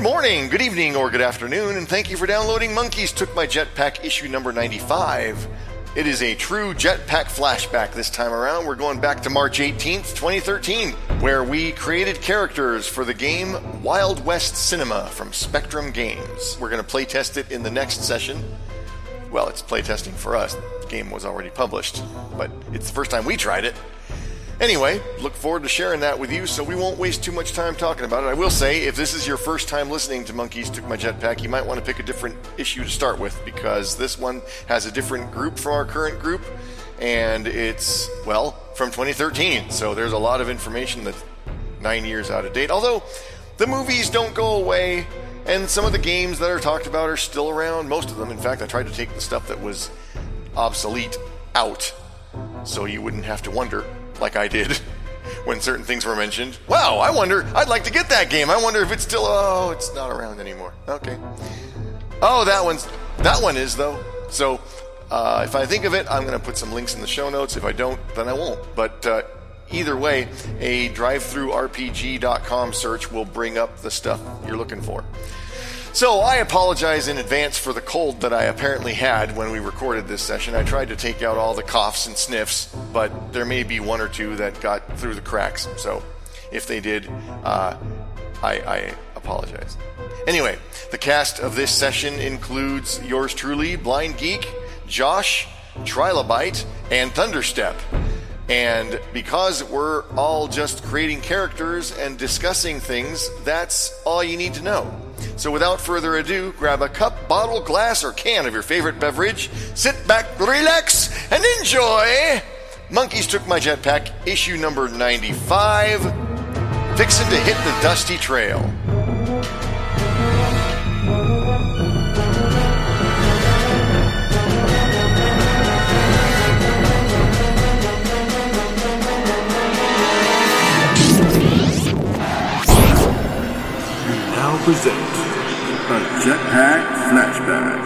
morning, good evening, or good afternoon, and thank you for downloading Monkeys Took My Jetpack issue number 95. It is a true jetpack flashback this time around. We're going back to March 18th, 2013, where we created characters for the game Wild West Cinema from Spectrum Games. We're going to playtest it in the next session. Well, it's playtesting for us. The game was already published, but it's the first time we tried it. Anyway, look forward to sharing that with you, so we won't waste too much time talking about it. I will say, if this is your first time listening to Monkeys Took My Jetpack, you might want to pick a different issue to start with, because this one has a different group from our current group, and it's, well, from 2013. So there's a lot of information that's nine years out of date. Although, the movies don't go away, and some of the games that are talked about are still around, most of them. In fact, I tried to take the stuff that was obsolete out so you wouldn't have to wonder, like I did when certain things were mentioned. Wow, I wonder, I'd like to get that game. I wonder if it's still, oh, it's not around anymore. Okay. Oh, that one's, that one is, though. So uh, if I think of it, I'm going to put some links in the show notes. If I don't, then I won't. But uh, either way, a drivethroughrpg.com search will bring up the stuff you're looking for. So I apologize in advance for the cold that I apparently had when we recorded this session. I tried to take out all the coughs and sniffs, but there may be one or two that got through the cracks. So if they did, uh, I, I apologize. Anyway, the cast of this session includes yours truly, Blind Geek, Josh, Trilobite, and Thunderstep. And because we're all just creating characters and discussing things, that's all you need to know. So without further ado, grab a cup, bottle, glass, or can of your favorite beverage, sit back, relax, and enjoy! Monkeys Took My Jetpack, issue number 95, fixin' to hit the dusty trail. now presents a jetpack flashback.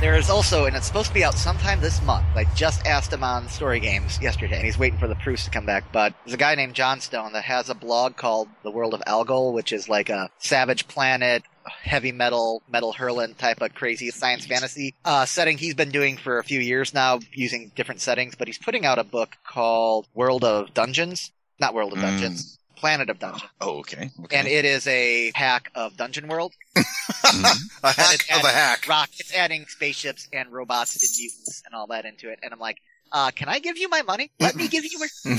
There is also, and it's supposed to be out sometime this month. I just asked him on Story Games yesterday, and he's waiting for the proofs to come back. But there's a guy named Johnstone that has a blog called The World of Algol, which is like a Savage Planet, heavy metal, metal hurling type of crazy science fantasy uh, setting he's been doing for a few years now, using different settings. But he's putting out a book called World of Dungeons, not World of Mm. Dungeons, Planet of Dungeons, Oh, okay. okay. and it is a hack of Dungeon World. A And hack it's of a adding hack. Rock. It's adding spaceships and robots and mutants and all that into it. And I'm like, uh, can I give you my money? Let me give you your.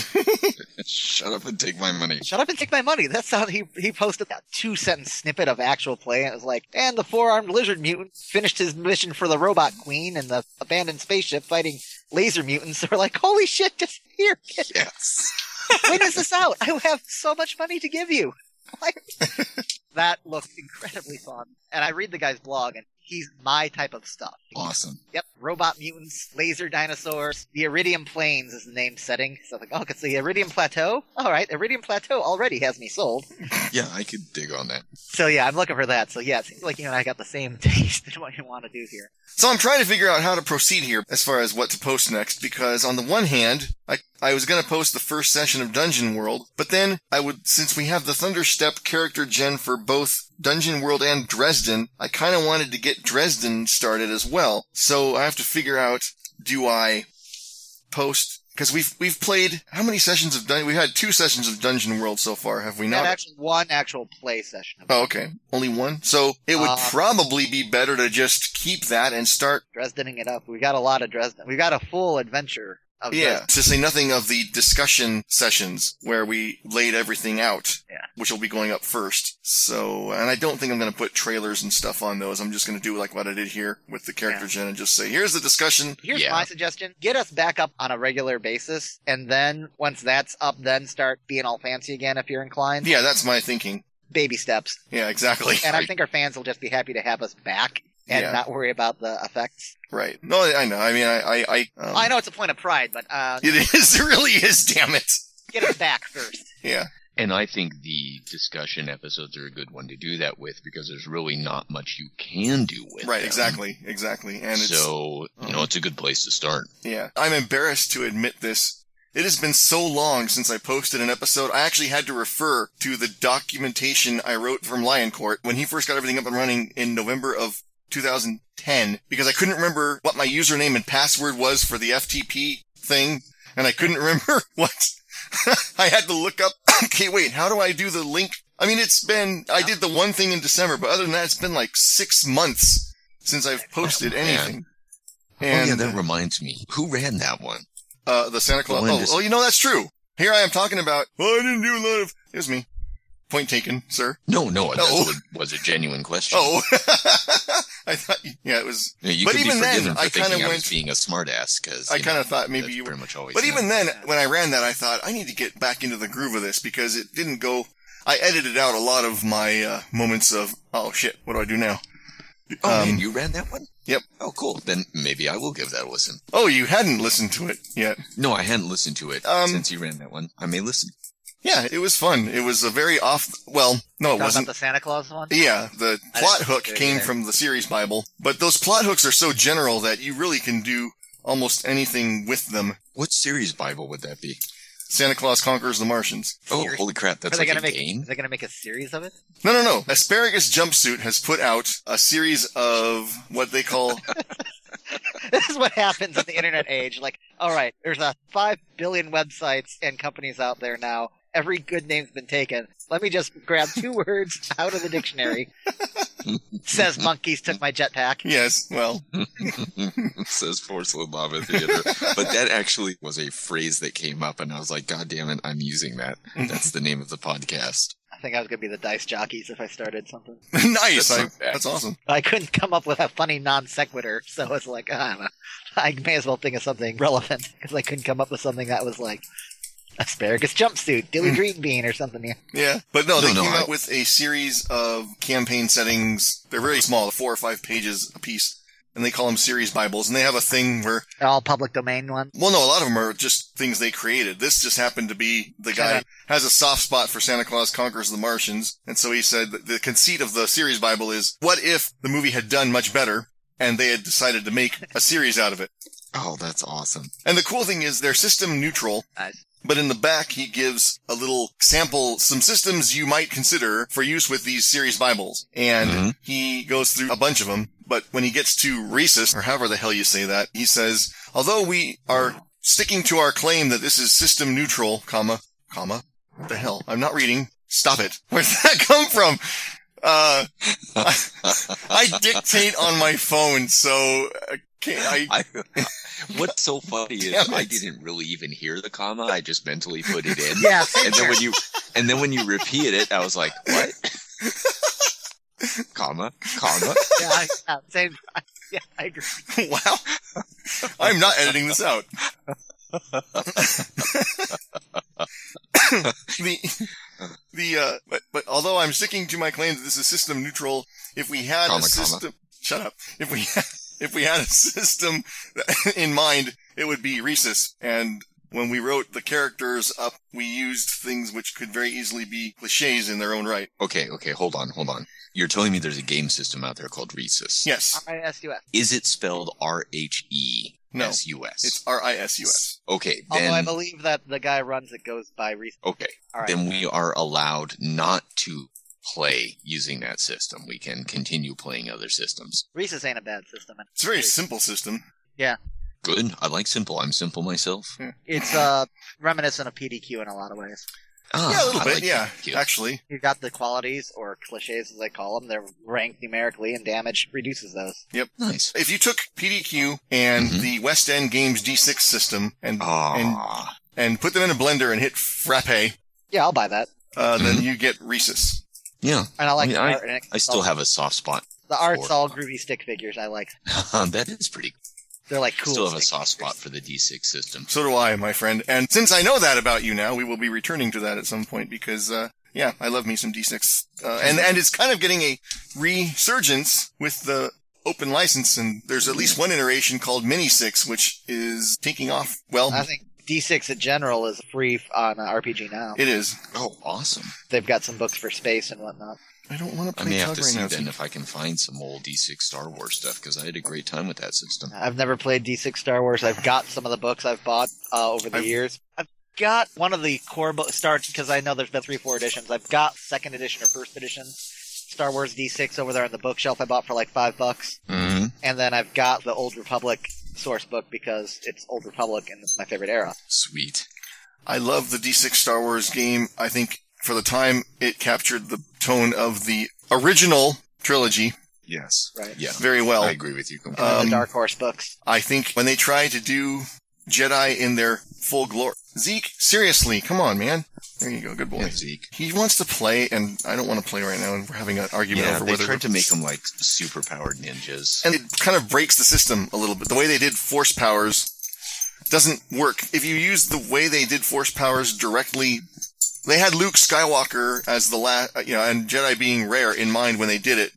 Shut up and take my money. Shut up and take my money. That's how he he posted that two sentence snippet of actual play, and it was like, and the four armed lizard mutant finished his mission for the robot queen and the abandoned spaceship fighting laser mutants. They're like, holy shit! Just here. Yes. When is this out? I have so much money to give you. Like, that looked incredibly fun. And I read the guy's blog, and he's my type of stuff. Awesome. Yep, robot mutants, laser dinosaurs. The Iridium Plains is the name setting. So I'm like, oh, it's the Iridium Plateau. All right, Iridium Plateau already has me sold. Yeah, I could dig on that. So yeah, I'm looking for that. So yeah, it seems like you and I got the same taste in what you want to do here. So I'm trying to figure out how to proceed here as far as what to post next, because on the one hand, I, I was going to post the first session of Dungeon World, but then I would, since we have the Thunderstep character gen for both Dungeon World and Dresden, I kind of wanted to get Dresden started as well. So I have to figure out, do I post, because we've, we've played, how many sessions of Dungeon, we've had two sessions of Dungeon World so far, have we We not? have actually one actual play session of Oh, okay. Only one? So it would Uh, probably be better to just keep that and start, Dresdening it up. We got a lot of Dresden. We got a full adventure of yeah, Dresden. to say nothing of the discussion sessions where we laid everything out, Yeah. which will be going up first. So, and I don't think I'm going to put trailers and stuff on those. I'm just going to do like what I did here with the character gen and just say, here's the discussion. Here's Yeah. my suggestion. Get us back up on a regular basis, and then once that's up, then start being all fancy again if you're inclined. Yeah, that's my thinking. Baby steps. Yeah, exactly. And I think our fans will just be happy to have us back and Yeah. not worry about the effects. Right. No, I I know. I mean, I, I, I, um, I know it's a point of pride, but uh, It is. It really is. Damn it. Oh, get us back first. Yeah. And I think the discussion episodes are a good one to do that with because there's really not much you can do with Right, them. exactly, exactly. And it's, so, you know, it's a good place to start. yeah, I'm embarrassed to admit this. It has been so long since I posted an episode. I actually had to refer to the documentation I wrote from Lion Court when he first got everything up and running in November of 2010 because I couldn't remember what my username and password was for the FTP thing and I couldn't remember what I had to look up. okay, wait, how do I do the link? I mean, it's been, I did the one thing in December, but other than that, it's been like six months since I've posted anything. oh, And yeah, that reminds me. Who ran that one? uh, the Santa Claus. Well, Oh, and just- oh, you know, that's true. Here I am talking about, well, I didn't do a lot of, it was me. Point taken, sir. No, no, that Oh. was- was a genuine question. Oh, I thought, you- yeah, it was, Yeah, you But could even be then, forgiven for I kinda thinking I went- was being a smartass because I kinda thought maybe you were- pretty much always. But even happened. then, when I ran that, I thought I need to get back into the groove of this because it didn't go. I edited out a lot of my uh, moments of oh shit, what do I do now? oh, um, man, you ran that one. Yep. Oh, cool. Then maybe I will give that a listen. Oh, you hadn't listened to it yet. No, I hadn't listened to it Um, since you ran that one. I may listen. Yeah, it was fun. It was a very off. Well, no, it Talk about wasn't. the Santa Claus one. Yeah, the I plot didn't hook do it came either. from the series Bible, but those plot hooks are so general that you really can do almost anything with them. What series Bible would that be? Santa Claus conquers the Martians. Oh, Series- holy crap! Are That's they like a gonna make? game. Are they gonna make a series of it? No, no, no. Asparagus Jumpsuit has put out a series of what they call this is what happens in the internet age. Like, all right, there's a five billion websites and companies out there now. Every good name's been taken. Let me just grab two words out of the dictionary. Says monkeys took my jetpack. yes, well, says Porcelain Lava Theater. but that actually was a phrase that came up, and I was like, God damn it, I'm using that. That's the name of the podcast. I think I was gonna be the dice jockeys if I started something. nice. That's I, not bad. that's awesome. But I couldn't come up with a funny non sequitur, so I was like, I don't know. I may as well think of something relevant because I couldn't come up with something that was like asparagus jumpsuit, dilly green bean, or something. Yeah. Yeah, but no, No, they no, came I- out with a series of campaign settings. They're very small, four or five pages a piece, and they call them series Bibles. And they have a thing where, All public domain ones. well, no, a lot of them are just things they created. This just happened to be the guy Yeah. has a soft spot for Santa Claus conquers the Martians, and so he said that the conceit of the series Bible is: what if the movie had done much better, and they had decided to make a series out of it? Oh, that's awesome. And the cool thing is they're system neutral. Nice. But in the back, he gives a little sample, some systems you might consider for use with these series Bibles. And Mhm. he goes through a bunch of them. But when he gets to racist, or however the hell you say that, he says, although we are sticking to our claim that this is system neutral, comma, comma, what the hell? I'm not reading. Stop it. Where did that come from? Uh, I, I dictate on my phone, so I can't, I, I, what's so funny is Damn I it. didn't really even hear the comma. I just mentally put it in. Yeah. And then when you and then when you repeat it, I was like, what? comma, comma. yeah, I, yeah, same. Yeah, I agree. Wow. I'm not editing this out. the the uh, but, but although I'm sticking to my claim that this is system neutral, if we had Comma, a comma. system, shut up. If we if we had a system in mind, it would be rhesus. And when we wrote the characters up, we used things which could very easily be cliches in their own right. Okay, okay, hold on, hold on. You're telling me there's a game system out there called Rhesus. Yes. R-I-S-U-S. Is it spelled R H E No. S U S? It's R I S U S. Okay, Although I then believe that the guy runs it goes by Reese. okay, All right. then we are allowed not to play using that system. We can continue playing other systems. Reese's ain't a bad system. and It's a very simple system. Good. I like simple. I'm simple myself. It's uh, reminiscent of PDQ in a lot of ways. Ah, Yeah, a little I bit. like yeah, PDQ. actually. You've got the qualities, or cliches as I call them, they're ranked numerically, and damage reduces those. nice. If you took PDQ and Mhm. the West End Games D6 system and Ah, and put them in a blender and hit frappe, Yeah, I'll buy that. uh, Mm-hmm. then you get rhesus. yeah. And I like I mean, the art. in it. I Oh. still have a soft spot. the art's four. all groovy stick figures. I like. that is pretty. They're like cool. Still have a stick soft figures. spot for the D6 system. So do I, my friend. And since I know that about you now, we will be returning to that at some point because uh, yeah, I love me some D6. Mm-hmm. Uh, and and it's kind of getting a resurgence with the open license and there's at least one iteration called mini six which is taking off well I think D6 in general is free on uh, RPG Now. It is. Oh, awesome. They've got some books for space and whatnot. I don't want to I play may have Tug to right see now. then if I can find some old D6 Star Wars stuff because I had a great time with that system. I've never played D6 Star Wars. I've got some of the books I've bought uh, over the I've- years. I've got one of the core book starts because I know there's been three, four editions. I've got second edition or first edition Star Wars D6 over there on the bookshelf I bought for like five bucks, Mm-hmm. and then I've got the Old Republic source book because it's Old Republic and it's my favorite era. Sweet. I love the D6 Star Wars game. I think for the time it captured the tone of the original trilogy Yes. Right. Yeah. very well. I agree with you completely. And then Um, the Dark Horse books. I think when they try to do Jedi in their full glory. Zeke, seriously, come on, man. There you go, good boy. Yeah, Zeke. He wants to play, and I don't want to play right now, and we're having an argument Yeah, over they whether. tried to make them like super powered ninjas. and it kind of breaks the system a little bit. The way they did force powers doesn't work. If you use the way they did force powers directly, they had Luke Skywalker as the last, you know, and Jedi being rare in mind when they did it.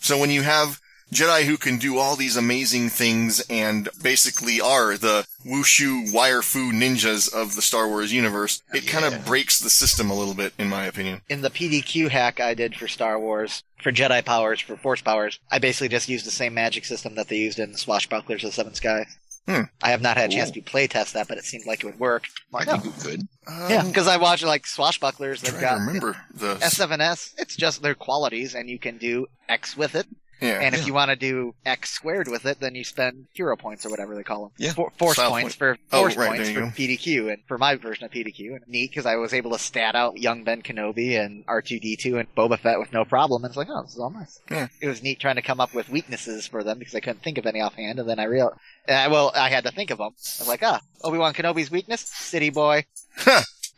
So when you have Jedi who can do all these amazing things and basically are the wushu wirefu ninjas of the Star Wars universe, it kind of breaks the system a little bit, in my opinion. in the PDQ hack I did for Star Wars, for Jedi powers, for Force powers, I basically just used the same magic system that they used in Swashbucklers of the Seventh Sky. Hmm. I have not had a chance to play test that, but it seemed like it would work. I think it could. Um, Yeah, because I watch like Swashbucklers. They've Trying to got remember the S7S. It's just their qualities, and you can do X with it. yeah. And if you want to do X squared with it, then you spend hero points or whatever they call them. Yeah. For, force Style points point. for Oh, force right, points there for you go. PDQ and for my version of PDQ. And neat because I was able to stat out young Ben Kenobi and R2D2 and Boba Fett with no problem. And it's like, oh, this is all nice. Yeah. It was neat trying to come up with weaknesses for them because I couldn't think of any offhand. And then I real, and I, well, I had to think of them. I was like, ah, Obi Wan Kenobi's weakness, city boy.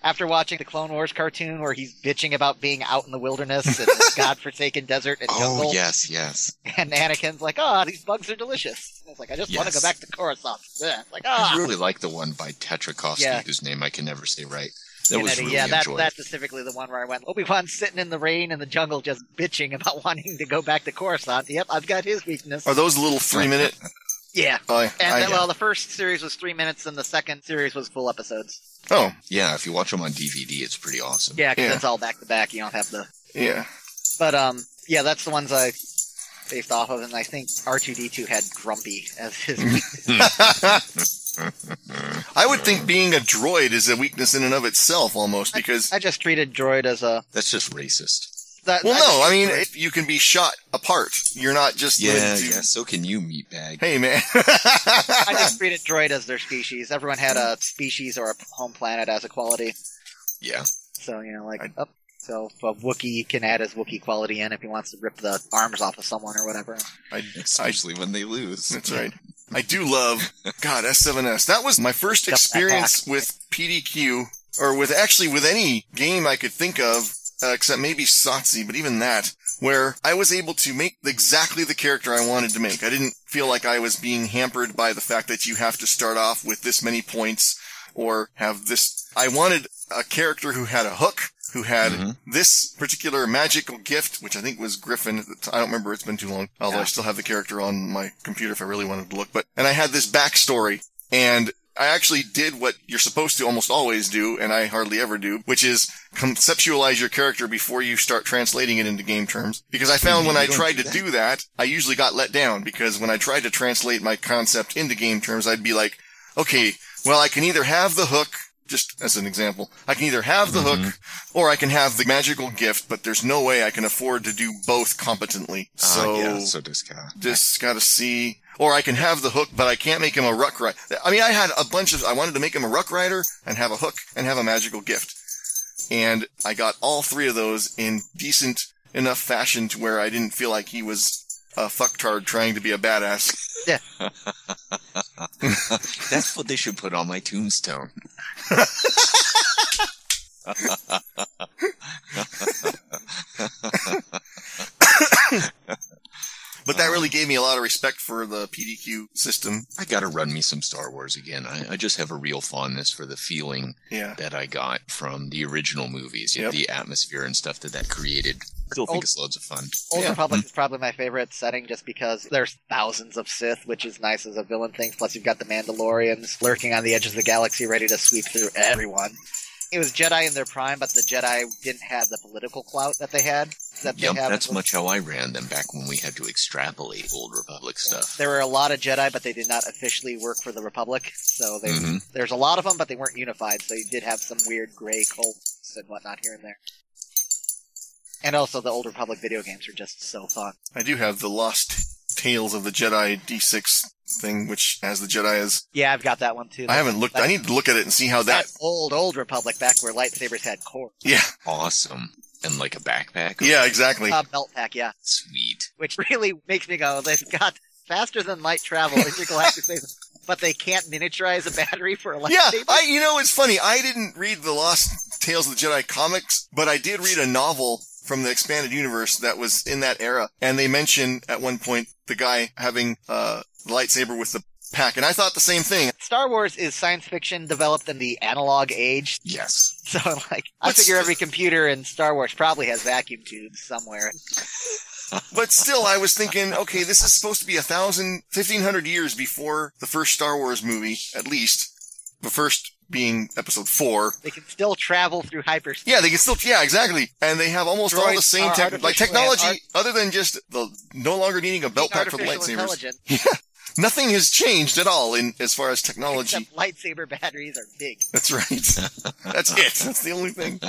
After watching the Clone Wars cartoon where he's bitching about being out in the wilderness and this godforsaken desert and jungle, Oh yes, yes. and Anakin's like, oh, these bugs are delicious. And it's like, I just want to Yes. go back to Coruscant. Ugh. It's like, I ah. really like the one by Tetrakovsky, Yeah. whose name I can never say right. That And was then, really yeah, that, enjoyable. that's specifically the one where I went, Obi-Wan's sitting in the rain in the jungle just bitching about wanting to go back to Coruscant. Yep, I've got his weakness. Are those little three minute? yeah. I, And I- then, well, the first series was three minutes, and the second series was full episodes. oh, Yeah, if you watch them on DVD, it's pretty awesome. Yeah, because Yeah. it's all back to back. You don't have the. yeah. But um, yeah, that's the ones I based off of, and I think R2D2 had Grumpy as his. Mm-hmm. weakness. I would think being a droid is a weakness in and of itself, almost because. I just treated Droid as a. That's just racist. That, Well, I no, I mean just- it- you can be shot apart. You're not just Yeah, limited to- yeah. So can you, meatbag? Hey, man. I just treated droid as their species. Everyone had a species or a home planet as a quality. Yeah. So, you know, like, I- up. So, if a Wookiee can add his Wookiee quality in if he wants to rip the arms off of someone or whatever. I, I, Especially when they lose. that's right. I do love God S7S. That was my first Stuff that experience pack. with PDQ, or with actually with any game I could think of, uh, except maybe Sotsy, but even that, where I was able to make exactly the character I wanted to make. I didn't feel like I was being hampered by the fact that you have to start off with this many points or have this. I wanted a character who had a hook, who had this particular magical gift, which I think was Griffin at the time. I don't remember. It's been too long. Although I still have the character on my computer if I really wanted to look. But, and I had this backstory and I actually did what you're supposed to almost always do, and I hardly ever do, which is conceptualize your character before you start translating it into game terms. Because I found when I tried to do that, I usually got let down because when I tried to translate my concept into game terms, I'd be like, okay, well, I can either have the hook, just as an example, I can either have the Mm-hmm. hook or I can have the magical gift, but there's no way I can afford to do both competently. So, So, Ah, yeah, so discount. just gotta see. Or I can have the hook, but I can't make him a ruck rider. I mean, I had a bunch of, I wanted to make him a ruck rider and have a hook and have a magical gift. And I got all three of those in decent enough fashion to where I didn't feel like he was a fucktard trying to be a badass. That's what they should put on my tombstone. But Uh-huh. that really gave me a lot of respect for the PDQ system. I gotta run me some Star Wars again. I, I just have a real fondness for the feeling Yeah. that I got from the original movies, you know, Yep. the atmosphere and stuff that that created Still think Old- it's loads of fun. Old Yeah. Republic is probably my favorite setting just because there's thousands of Sith, which is nice as a villain thing. Plus, you've got the Mandalorians lurking on the edge of the galaxy, ready to sweep through everyone. It was Jedi in their prime, but the Jedi didn't have the political clout that they had. That Yep, they have that's much how I ran them back when we had to extrapolate old Republic stuff. There were a lot of Jedi, but they did not officially work for the Republic. So they, Mm-hmm. Mhm. there's a lot of them, but they weren't unified. So you did have some weird gray cults and whatnot here and there. And also, the Old Republic video games are just so fun. I do have the Lost Tales of the Jedi D6 thing, which has the Jedi as. Yeah, I've got that one too. I haven't looked. I need to look at it and see how that. that old old republic back where lightsabers had cores. Yeah, Awesome. And like a backpack? yeah, exactly. Uh, melt pack, yeah, Sweet. which really makes me go. They've got faster than light travel intergalactic space, but they can't miniaturize a battery for a Yeah, lightsaber. I. You know, it's funny. I didn't read the Lost Tales of the Jedi comics, but I did read a novel from the expanded universe that was in that era, and they mention at one point the guy having uh, the lightsaber with the pack, and I thought the same thing. Star Wars is science fiction developed in the analog age, Yes. so like I figure every computer in Star Wars probably has vacuum tubes somewhere. But still, I was thinking, okay, this is supposed to be a thousand, fifteen hundred years before the first Star Wars movie, at least. The first being episode four. They can still travel through hyperspace. Yeah, they can still, yeah, exactly. And they have almost all the Droids same are tech, like artificially technology, art- other than just the no longer needing a belt pack for the Artificial lightsabers. intelligence, Nothing has changed at all in as far as technology. except lightsaber batteries are big. That's right. That's it. That's the only thing.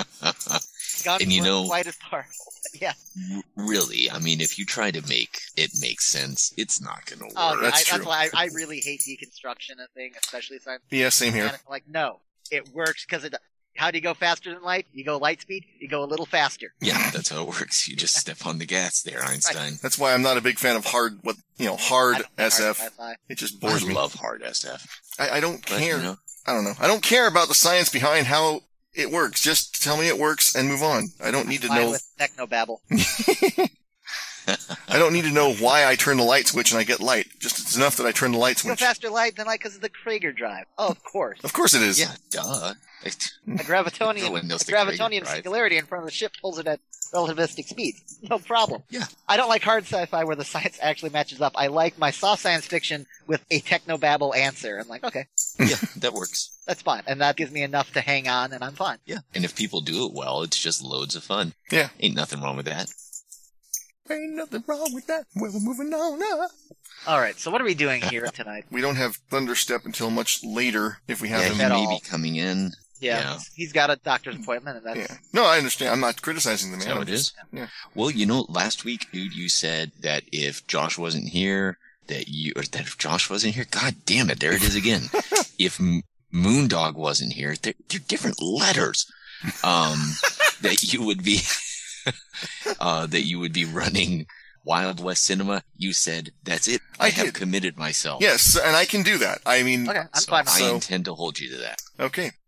Guns And you weren't know- quite as powerful. Yeah. R- really, I mean, if you try to make it make sense, it's not going to work. Oh, that's I, true. that's why I, I really hate deconstruction and thing, especially science. Yeah, same here. And it's like, no, it works because it. How do you go faster than light? You go light speed. You go a little faster. Yeah, that's how it works. You just step on the gas there, Einstein. That's why I'm not a big fan of hard, what, you know, I hard don't like hard SF. sci-fi. It just I bores me. love hard SF. I, I don't But, care. you know, I don't know. I don't care about the science behind how it works. Just tell me it works and move on. I don't need to Fine know. with techno babble. I don't need to know why I turn the light switch and I get light. Just it's enough that I turn the light Go switch. faster light than light because of the Krager drive. Oh, of course. Of course it is. yeah, duh. It- A gravitonian, No one knows a the gravitonian Krager drive. singularity in front of the ship pulls it at relativistic speed. No problem. Yeah. I don't like hard sci-fi where the science actually matches up. I like my soft science fiction with a techno babble answer. I'm like, okay, yeah, that works. that's fine, and that gives me enough to hang on, and I'm fine. Yeah, and if people do it well, it's just loads of fun. Yeah. ain't nothing wrong with that. Ain't nothing wrong with that. Well, we're moving on. up. All right, so what are we doing here tonight? We don't have Thunderstep until much later if we have yeah, him. he at may all. be coming in. Yeah, Yeah. he's got a doctor's appointment, and that's Yeah. No, I understand. I'm not criticizing the man. That's how I'm it just- is. yeah. Well, you know, last week, dude, you said that if Josh wasn't here, that you or that if Josh wasn't here, god damn it, there it is again. if M- Moondog wasn't here, they're, they're different letters. Um, that you would be, uh, that you would be running Wild West Cinema. You said that's it. I have did. committed myself. Yes, and I can do that. I mean, okay. okay. I'm So fine. with I that. So- intend to hold you to that.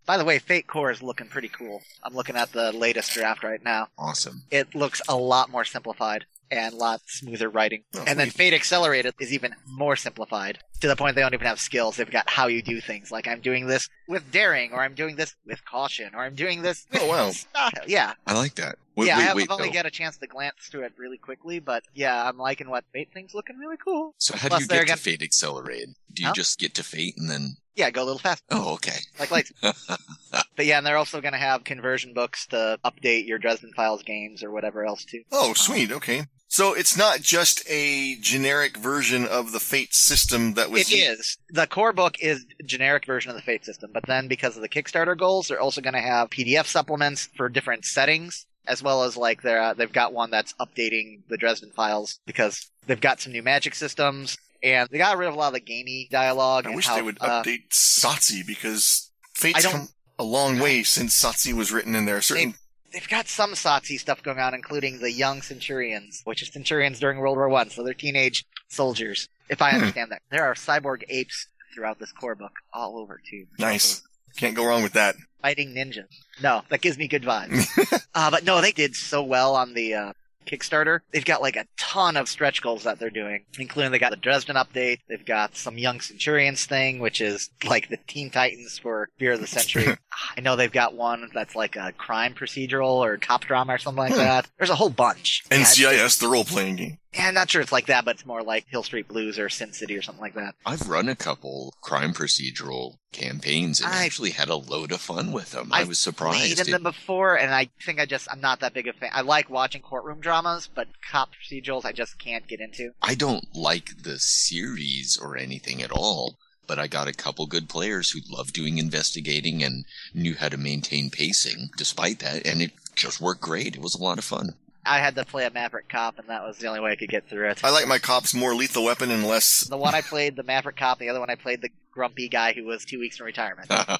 By the way, Fate Core is looking pretty cool. I'm looking at the latest draft right now. Awesome. It looks a lot more simplified and a lot smoother writing. Oh, and then Fate Accelerated is even more simplified to the point they don't even have skills. They've got how you do things. Like I'm doing this with daring, or I'm doing this with caution, or I'm doing this. With Oh, wow. style. Yeah, I like that. yeah. I have, I've only got a chance to glance through it really quickly, but yeah, I'm liking what Fate thing's looking really cool. so how do plus you they're get to gonna- fate accelerated? Do you Huh? just get to fate and then? Yeah, go a little faster. Oh, okay. like like but yeah and they're also going to have conversion books to update your dresden files games or whatever else too Oh, sweet. Okay. So it's not just a generic version of the Fate system that was. It is the core book is a generic version of the fate system but then because of the kickstarter goals they're also going to have pdf supplements for different settings as well as like they're, uh, they've got one that's updating the dresden files because they've got some new magic systems and they got rid of a lot of the gamey dialogue I and wish how, they would uh, update Satsi because I Fate's don't- come a long way since Satsi was written in there. Certain they've got some Satsi stuff going on, including the young Centurions, which are Centurions during World War One, so they're teenage soldiers. If Hmm. I understand that, there are cyborg apes throughout this core book, all over too. nice. Can't go wrong with that. fighting ninjas. No, that gives me good vibes. uh, but no, they did so well on the. Uh, Kickstarter. They've got like a ton of stretch goals that they're doing, including they got the Dresden update. They've got some Young Centurions thing, which is like the Teen Titans for Beer of the Century. I know they've got one that's like a crime procedural or cop drama or something like that. There's a whole bunch. Yeah, it's- NCIS, the role playing game. yeah, I'm not sure it's like that, but it's more like Hill Street Blues or Sin City or something like that. I've run a couple crime procedural campaigns and I- actually had a load of fun with them. I I've was Played surprised. in It- them before, and I think I just I'm not that big a fan. I like watching courtroom dramas, but cop procedurals I just can't get into. I don't like the series or anything at all, but I got a couple good players who loved doing investigating and knew how to maintain pacing despite that, and it just worked great. It was a lot of fun. I had to play a Maverick cop, and that was the only way I could get through it. I like my cops more lethal weapon and less. The one I played the Maverick cop, the other one I played the grumpy guy who was two weeks from retirement. I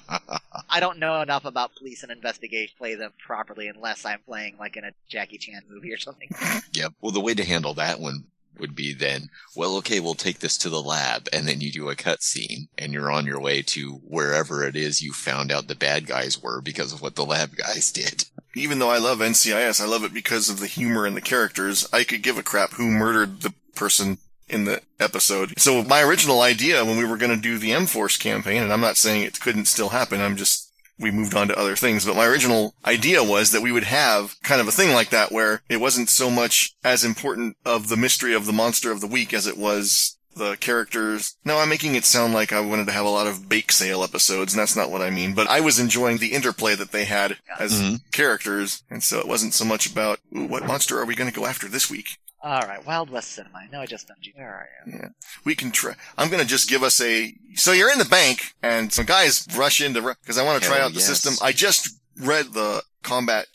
I don't know enough about police and investigation to play them properly unless I'm playing like in a Jackie Chan movie or something. Yep. Well, the way to handle that one would be then, well, okay, we'll take this to the lab, and then you do a cutscene, and you're on your way to wherever it is you found out the bad guys were because of what the lab guys did. Even though I love NCIS, I love it because of the humor and the characters. I could give a crap who murdered the person in the episode. So my original idea when we were going to do the M Force campaign, and I'm not saying it couldn't still happen. I'm just we moved on to other things, but my original idea was that we would have kind of a thing like that where it wasn't so much as important of the mystery of the monster of the week as it was the characters. No, I'm making it sound like I wanted to have a lot of bake sale episodes, and that's not what I mean, but I was enjoying the interplay that they had as Mhm. characters, and so it wasn't so much about, ooh, what monster are we going to go after this week? All right, Wild West Cinema. I know I just done. Where are you? we can try. I'm going to just give us a. So you're in the bank, and some guys rush in to because I want to try Hell out the yes. system. I just read the combat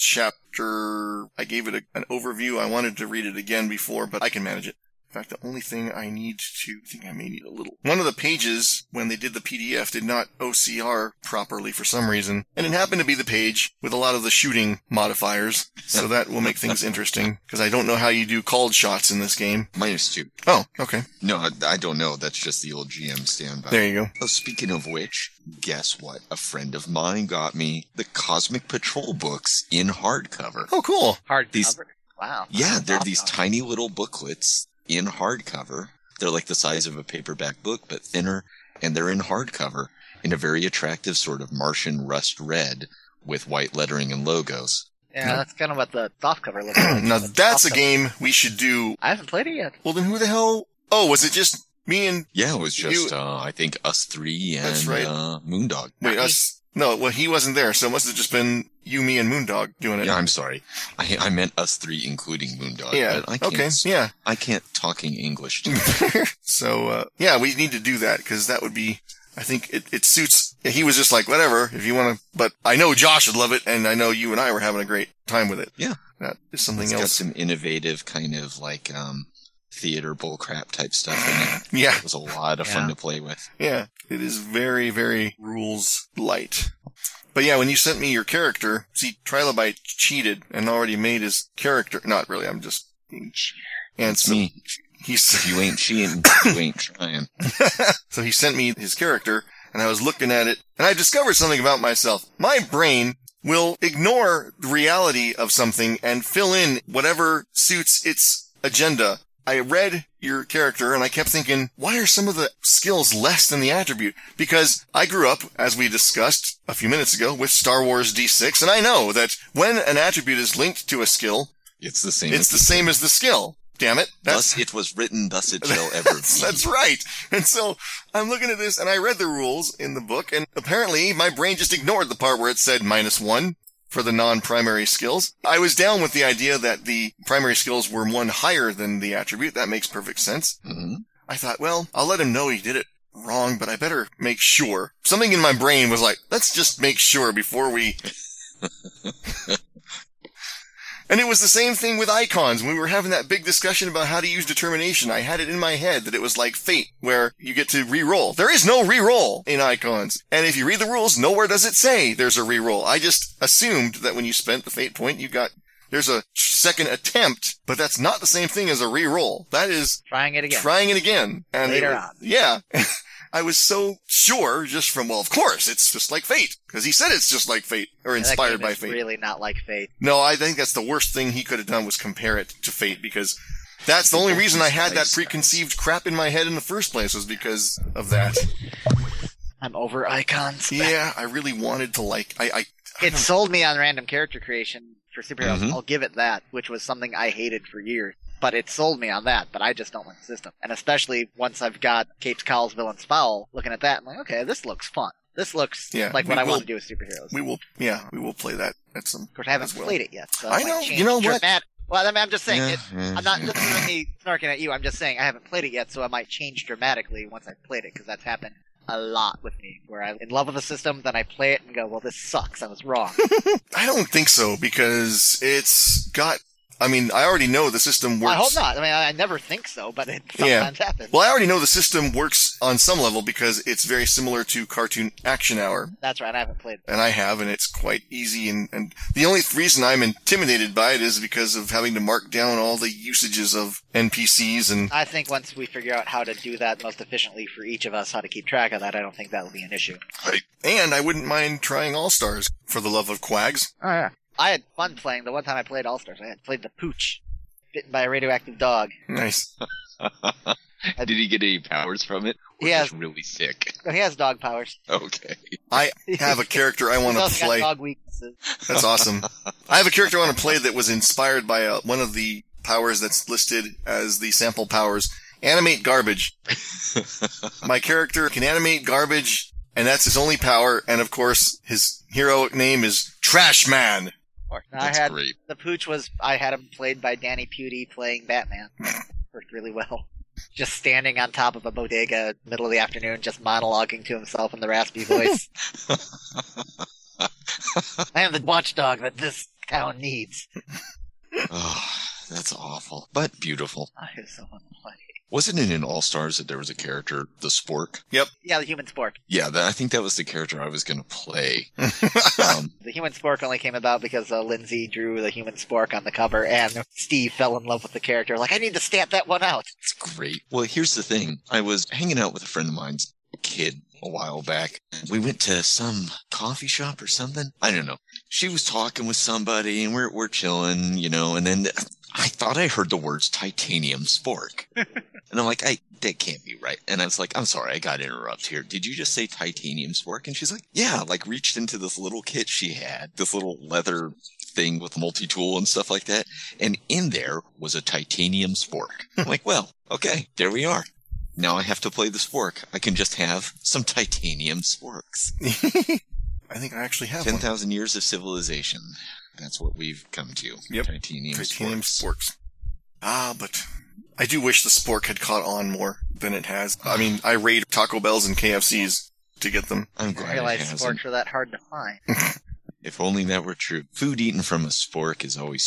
chapter. I gave it a, an overview. I wanted to read it again before, but I can manage it. In fact, the only thing I need to I think I may need a little. One of the pages when they did the PDF did not OCR properly for some reason, and it happened to be the page with a lot of the shooting modifiers. So that will make things interesting because I don't know how you do called shots in this game. Minus two. Oh, okay. No, I, I don't know. That's just the old GM standby. There you go. Oh, speaking of which, guess what? A friend of mine got me the Cosmic Patrol books in hardcover. Oh, cool. Hard These- cover? Wow. Yeah, they're these Awesome. tiny little booklets in hardcover. They're like the size of a paperback book, but thinner, and they're in hardcover in a very attractive sort of Martian rust red with white lettering and logos. Yeah, that's kind of what the soft cover looks like. now The that's a soft cover. game we should do. I haven't played it yet. Well, then who the hell? Oh, was it just me and Yeah, it was just, You- uh, I think, us three and That's right. uh, Moondog. wait Not me. us? No, well he wasn't there, so it must have just been you, me, and Moondog doing it. Yeah, I'm sorry. I, I meant us three, including Moondog. Yeah, but I can't, Okay. Mm, Yeah. I can't talking English. To so uh, yeah, we need to do that because that would be. I think it, it suits. He was just like, whatever, if you want to. But I know Josh would love it, and I know you and I were having a great time with it. Yeah. That is something It's got else. some innovative kind of like um, theater bullcrap type stuff in it. yeah. It was a lot of Yeah. fun to play with. Yeah, it is very, very rules light. But yeah, when you sent me your character, see, Trilobite cheated and already made his character. Not really, I'm just. And It's so me. If he's you ain't cheating, you ain't trying. so he sent me his character, and I was looking at it, and I discovered something about myself. My brain will ignore the reality of something and fill in whatever suits its agenda. I read your character and I kept thinking, why are some of the skills less than the attribute? Because I grew up, as we discussed a few minutes ago, with Star Wars D6, and I know that when an attribute is linked to a skill, It's the same. it's the same as the skill. Damn it. thus it was written, thus it shall ever be. That's, that's right. And so I'm looking at this and I read the rules in the book and apparently my brain just ignored the part where it said minus one for the non-primary skills. I was down with the idea that the primary skills were one higher than the attribute. That makes perfect sense. Mhm. I thought, well, I'll let him know he did it wrong, but I better make sure. Something in my brain was like, let's just make sure before we. and it was the same thing with icons. When we were having that big discussion about how to use determination, I had it in my head that it was like fate, where you get to re-roll. There is no re-roll in icons. And if you read the rules, nowhere does it say there's a re-roll. I just assumed that when you spent the fate point, you got. There's a second attempt, but that's not the same thing as a re-roll. That is Trying it again. trying it again and Later it- on. Yeah, I was so sure just from, well, of course, it's just like Fate. Because he said it's just like Fate, or Yeah, that inspired game by is Fate. Really not like Fate. No, I think that's the worst thing he could have done was compare it to Fate because that's the only reason I had that preconceived crap in my head in the first place was because of that. I'm over icons. Yeah, I really wanted to like I, I it sold me on random character creation for superheroes. Mm-hmm. Mhm. I'll give it that, which was something I hated for years. But it sold me on that, but I just don't like the system. And especially once I've got Capes, Cowlsville, and Spowell looking at that, I'm like, okay, this looks fun. This looks Yeah, like what we I want will- to do with superheroes. we will yeah, we will play that at some Of course, I haven't as well. played it yet. So I might know, you change know what? Dramatic. Well, I mean, I'm just saying, Yeah, it, yeah, I'm not yeah. looking at me snarking at you. I'm just saying I haven't played it yet, so I might change dramatically once I've played it, because that's happened a lot with me, where I'm in love with a system, then I play it and go, well, this sucks. I was wrong. I don't think so because it's got I mean, I already know the system works I hope not. I mean, I, I never think so, but it Yeah. sometimes happens. Well, I already know the system works on some level because it's very similar to Cartoon Action Hour, That's right. I haven't played. and I have, and it's quite easy. And, and the only th- reason I'm intimidated by it is because of having to mark down all the usages of NPCs and I think once we figure out how to do that most efficiently for each of us, how to keep track of that, I don't think that will be an issue. and I wouldn't mind trying All Stars for the love of quags. Oh yeah. I had fun playing. The one time I played All Stars, I had played the pooch, bitten by a radioactive dog. Nice. Did he get any powers from it? Or Yes. just really sick. He has dog powers. Okay. I have a character I want He's to also play. got dog weaknesses. That's awesome. I have a character I want to play that was inspired by uh, one of the powers that's listed as the sample powers. Animate garbage. My character can animate garbage, and that's his only power. And of course, his hero name is Trash Man. And I That's had great. the pooch was I had him played by Danny Pudi playing Batman. Worked really well. Just standing on top of a bodega, middle of the afternoon, just monologuing to himself in the raspy voice. I am the watchdog that this town needs. Oh, that's awful, but beautiful. I have someone to play. Wasn't it in All Stars that there was a character, the Spork? Yeah, the human spork. Yeah, that, I think that was the character I was going to play. um, The human spork only came about because uh, Lindsay drew the human spork on the cover, and Steve fell in love with the character. Like, I need to stamp that one out. it's great. Well, here's the thing. I was hanging out with a friend of mine's kid a while back. We went to some coffee shop or something. I don't know. She was talking with somebody and we're, we're chilling, you know, and then I thought I heard the words titanium spork. and I'm like, I, that can't be right. And I was like, I'm sorry, I got to interrupt here. Did you just say titanium spork? And she's like, yeah, like reached into this little kit she had, this little leather thing with multi-tool and stuff like that. And in there was a titanium spork. I'm like, well, okay, there we are. Now I have to play the spork. I can just have some titanium sporks. I think I actually have one. 10,000 years of civilization. That's what we've come to. Yep. Titanium, Titanium sporks. sporks. Ah, but I do wish the spork had caught on more than it has. I mean, I raid Taco Bells and KFCs to get them. I'm I glad it realized hasn't. sporks are that hard to find. If only that were true. Food eaten from a spork is always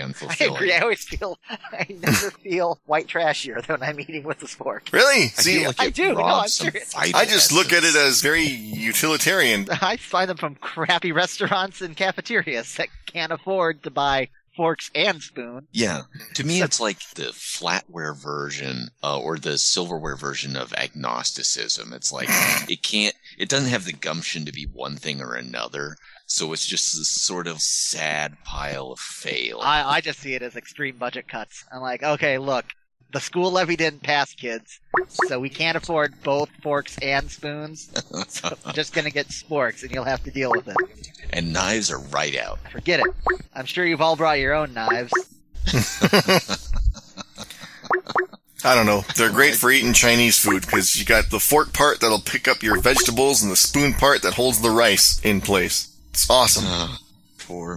I unfulfilling. agree. I always feel I never feel white trashier than I'm eating with a fork. Really? I See, feel like I it do. No, robs I'm some serious. vital I just look at it essence. as very utilitarian. I find them from crappy restaurants and cafeterias that can't afford to buy forks and spoons. Yeah. To me, it's like the flatware version uh, or the silverware version of agnosticism. It's like it can't, it doesn't have the gumption to be one thing or another. So it's just this sort of sad pile of fail. I, I just see it as extreme budget cuts. I'm like, okay, look, the school levy didn't pass, kids, so we can't afford both forks and spoons. So I'm just gonna get sporks, and you'll have to deal with it. and knives are right out. Forget it. I'm sure you've all brought your own knives. I don't know. They're great for eating Chinese food because you got the fork part that'll pick up your vegetables and the spoon part that holds the rice in place. It's awesome. Ah, poor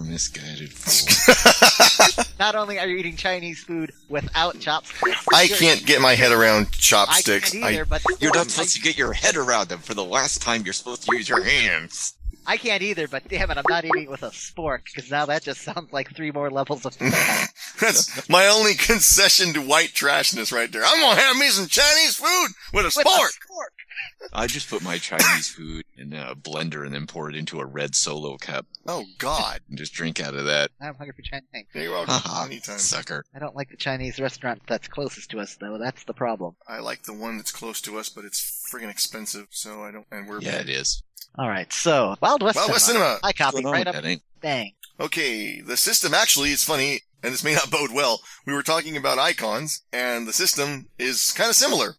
misguided fool. Not only are you eating Chinese food without chopsticks, I you're- can't get my head around I chopsticks. can't either, I, but You're not I, supposed to get your head around them for the last time you're supposed to use your hands. I can't either, but damn it, I'm not eating it with a spork because now that just sounds like three more levels of. that's my only concession to white trashness right there. I'm gonna have me some Chinese food with a With a sport. spork. I just put my Chinese food in a blender and then pour it into a red solo cup Oh God, and just drink out of that. I'm hungry for Chinese. things. you're welcome. Haha, Anytime. Sucker. I don't like the Chinese restaurant that's closest to us, though. That's the problem. I like the one that's close to us, but it's friggin' expensive, so I don't. And we're Yeah, it is. All right, so Wild West Wild Cinema. West Cinema. I copied What's going on right with up. that, ain't? Bang. Okay, the system actually, it's funny, and this may not bode well. We were talking about icons, and the system is kind of similar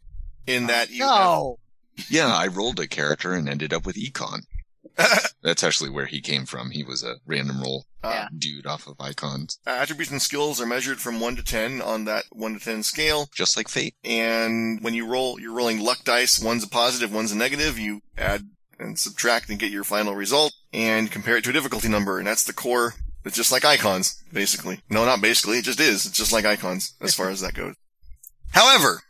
in that you. No. Yeah, I rolled a character and ended up with Econ. That's actually where he came from. He was a random roll uh, Yeah. dude off of icons, Have, uh, attributes and skills are measured from 1 to 10 on that 1 to 10 scale, just like Fate. and when you roll, you're rolling luck dice. One's a positive, one's a negative. You add and subtract and get your final result, and compare it to a difficulty number, and that's the core. It's just like icons, basically. No, not basically. It just is. It's just like icons, as far as that goes. However,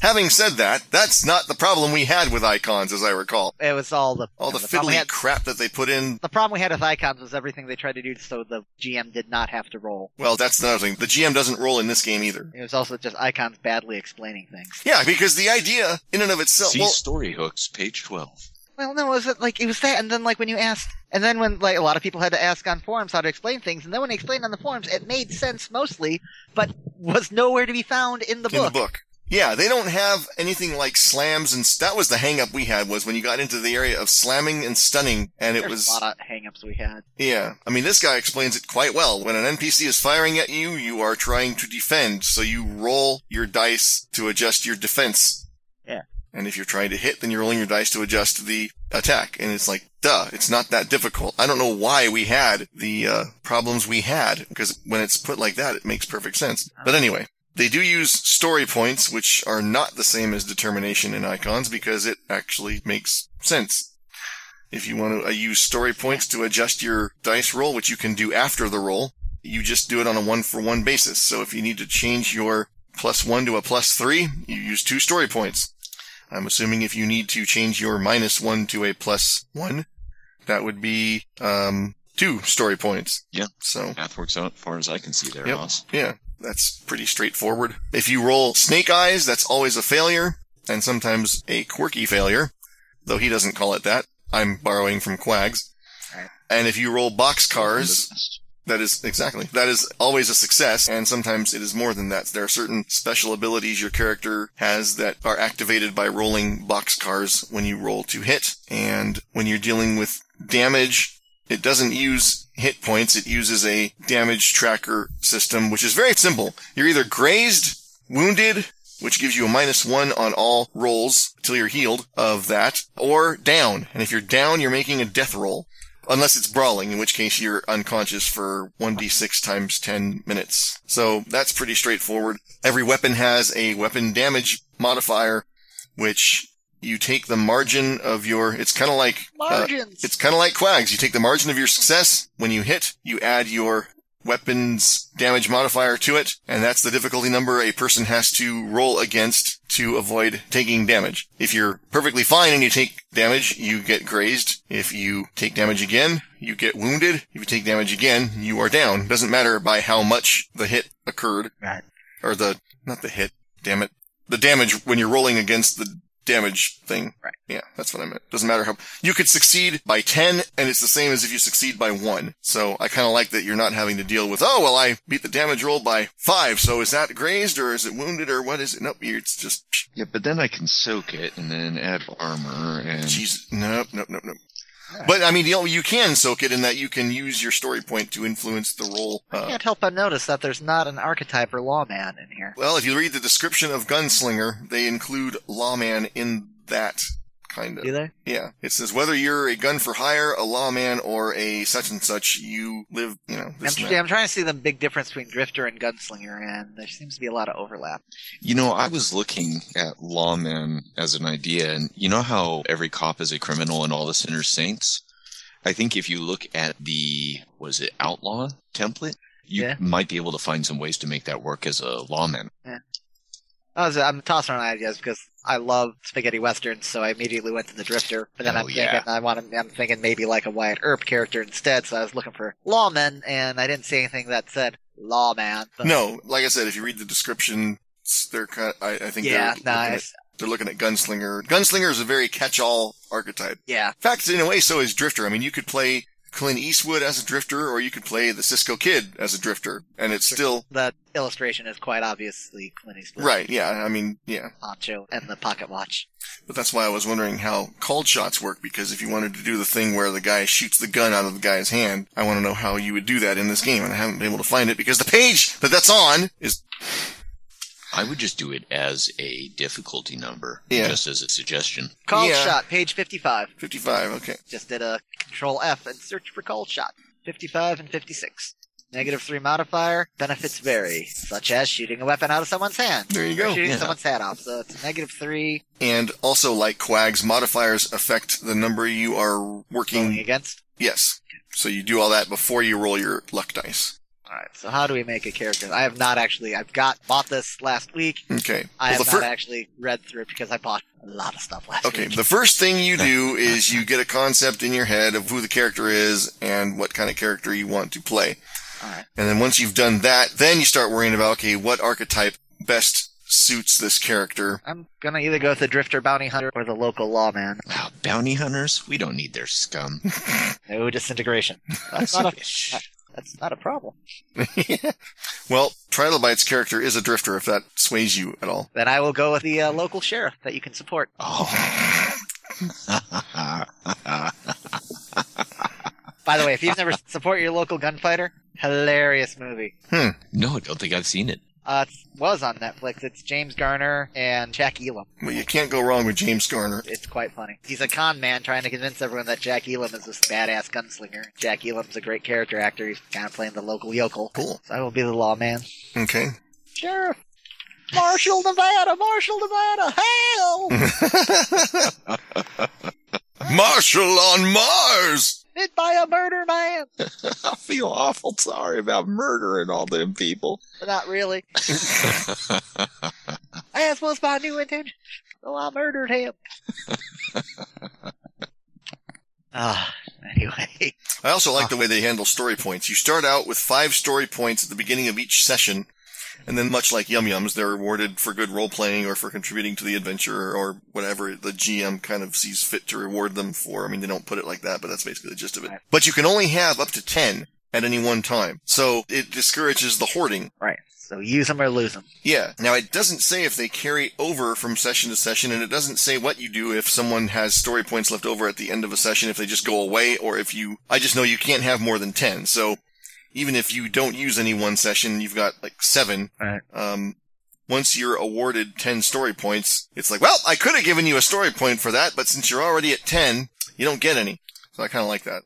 having said that, that's not the problem we had with icons, as I recall. It was all the All the, problem fiddly we had- crap that they put in. the problem we had with icons was everything they tried to do so the GM did not have to roll. Well, that's another thing. The GM doesn't roll in this game either. It was also just icons badly explaining things. Yeah, because the idea in and of itself. See well, story hooks, page twelve. Well, no, it was it like it was that, and then like when you asked, and then when like a lot of people had to ask on forums how to explain things, and then when they explained on the forums, it made sense mostly, but was nowhere to be found in the in book. the book. Yeah, they don't have anything like slams and st- that was the hang up we had was when you got into the area of slamming and stunning and it There's was a lot of hangups we had. yeah. I mean this guy explains it quite well. When an NPC is firing at you, you are trying to defend, so you roll your dice to adjust your defense. Yeah. And if you're trying to hit, then you're rolling your dice to adjust the attack. And it's like, duh, it's not that difficult. I don't know why we had the uh, problems we had, because when it's put like that, it makes perfect sense. But anyway, they do use story points, which are not the same as determination in icons because it actually makes sense. If you want to uh, use story points to adjust your dice roll, which you can do after the roll, you just do it on a one for one basis. So if you need to change your plus one to a plus three, you use two story points. I'm assuming if you need to change your minus one to a plus one, that would be, um, two story points. Yeah. So. Math works out as far as I can see there, Yep. Ross. Yeah, that's pretty straightforward. If you roll snake eyes, that's always a failure, and sometimes a quirky failure, though he doesn't call it that. I'm borrowing from Quags. Right. And if you roll boxcars, that is exactly that is always a success, and sometimes it is more than that. There are certain special abilities your character has that are activated by rolling boxcars when you roll to hit, and when you're dealing with damage, it doesn't use hit points. It uses a damage tracker system, which is very simple. You're either grazed, wounded, which gives you a minus one on all rolls till you're healed of that, or down. And if you're down, you're making a death roll. Unless it's brawling, in which case you're unconscious for 1d6 times 10 minutes. So that's pretty straightforward. Every weapon has a weapon damage modifier, which you take the margin of your, it's kind of like, uh, Margins. it's kind of like quags. You take the margin of your success. When you hit, you add your weapons damage modifier to it, and that's the difficulty number a person has to roll against to avoid taking damage. If you're perfectly fine and you take damage, you get grazed. If you take damage again, you get wounded. If you take damage again, you are down. Doesn't matter by how much the hit occurred. Right. Or the, not the hit, damn it. The damage when you're rolling against the damage thing. Right. Yeah, that's what I meant. Doesn't matter how you could succeed by ten, and it's the same as if you succeed by one. So I kind of like that you're not having to deal with oh well, I beat the damage roll by five, so is that grazed or is it wounded or what is it? Nope, you- it's just Yeah, but then I can soak it and then add armor and jeez, nope, nope, nope, nope. But I mean, you, know, you can soak it in that you can use your story point to influence the roll. I Uh, can't help but notice that there's not an archetype or lawman in here. Well, if you read the description of Gunslinger, they include Lawman in that kind of. Do they? Yeah. It says whether you're a gun for hire, a lawman, or a such and such, you live, you know, I'm, this and tr- that. I'm trying to see the big difference between drifter and gunslinger, and there seems to be a lot of overlap. You know, I was looking at lawmen as an idea, and you know how every cop is a criminal and all the sinners saints? I think if you look at the, was it outlaw template, you Yeah. might be able to find some ways to make that work as a lawman. I was, I'm tossing around ideas because I love spaghetti westerns, so I immediately went to the drifter. But then Oh, I'm thinking yeah. I want to, I'm thinking maybe like a Wyatt Earp character instead. So I was looking for lawman, and I didn't see anything that said lawman. But No, like I said, if you read the description, s- they're kind. I, I think. yeah, they're no, looking I, at- They're looking at Gunslinger. Gunslinger is a very catch-all archetype. Yeah. In fact, in a way, so is Drifter. I mean, you could play Clint Eastwood as a Drifter, or you could play the Cisco Kid as a Drifter, and it's still The illustration is quite obviously Clint Eastwood. right. Yeah, I mean, yeah. Poncho and the pocket watch. But that's why I was wondering how called shots work, because if you wanted to do the thing where the guy shoots the gun out of the guy's hand, I want to know how you would do that in this game, and I haven't been able to find it because the page that that's on is I would just do it as a difficulty number, Yeah. just as a suggestion. Call Yeah. shot, page 55. 55. Okay. Just did a control F and search for call shot. 55 and 56. Negative 3 modifier. Benefits vary, such as shooting a weapon out of someone's hand. There you Or go. shooting yeah. someone's hat off. So it's negative 3 And also, like quags, modifiers affect the number you are going working. against. Yes. So you do all that before you roll your luck dice. Alright, so how do we make a character? I have not actually, I've got, bought this last week. Okay. I Well, have the fir- not actually read through it because I bought a lot of stuff last Okay, week. the first thing you do is you get a concept in your head of who the character is and what kind of character you want to play. Alright. And then once you've done that, then you start worrying about, okay, what archetype best suits this character? I'm gonna either go with the drifter bounty hunter or the local lawman. Wow, bounty hunters, we don't need their scum. No disintegration. That's not a, that's not a problem. Well, Trilobite's character is a drifter, if that sways you at all. Then I will go with the uh, local sheriff that you can support. Oh. By the way, if you've never support your local gunfighter, hilarious movie. no, I don't think I've seen it. Uh, it was on Netflix. It's James Garner and Jack Elam. Well, you can't go wrong with James Garner. It's quite funny. He's a con man trying to convince everyone that Jack Elam is this badass gunslinger. Jack Elam's a great character actor. He's kind of playing the local yokel. Cool. So I will be the lawman. Okay. Sheriff! Marshall Nevada! Marshall Nevada! Hail! Marshall on Mars! hit by a murder man. I feel awful sorry about murdering all them people. Not really. As was my new intention. So I murdered him. Ah, anyway. I also like the way they handle story points. You start out with five story points at the beginning of each session, and then much like Yum Yums, they're rewarded for good role playing or for contributing to the adventure or whatever the GM kind of sees fit to reward them for. I mean, they don't put it like that, but that's basically the gist of it. But you can only have up to 10 at any one time. So it discourages the hoarding. Right. So use them or lose them. Yeah. Now it doesn't say if they carry over from session to session, and it doesn't say what you do if someone has story points left over at the end of a session, if they just go away, or if you, I just know you can't have more than 10. So even if you don't use any one session, you've got like seven. Right. Um, once you're awarded 10 story points, it's like, well, I could have given you a story point for that, but since you're already at 10, you don't get any. So I kind of like that.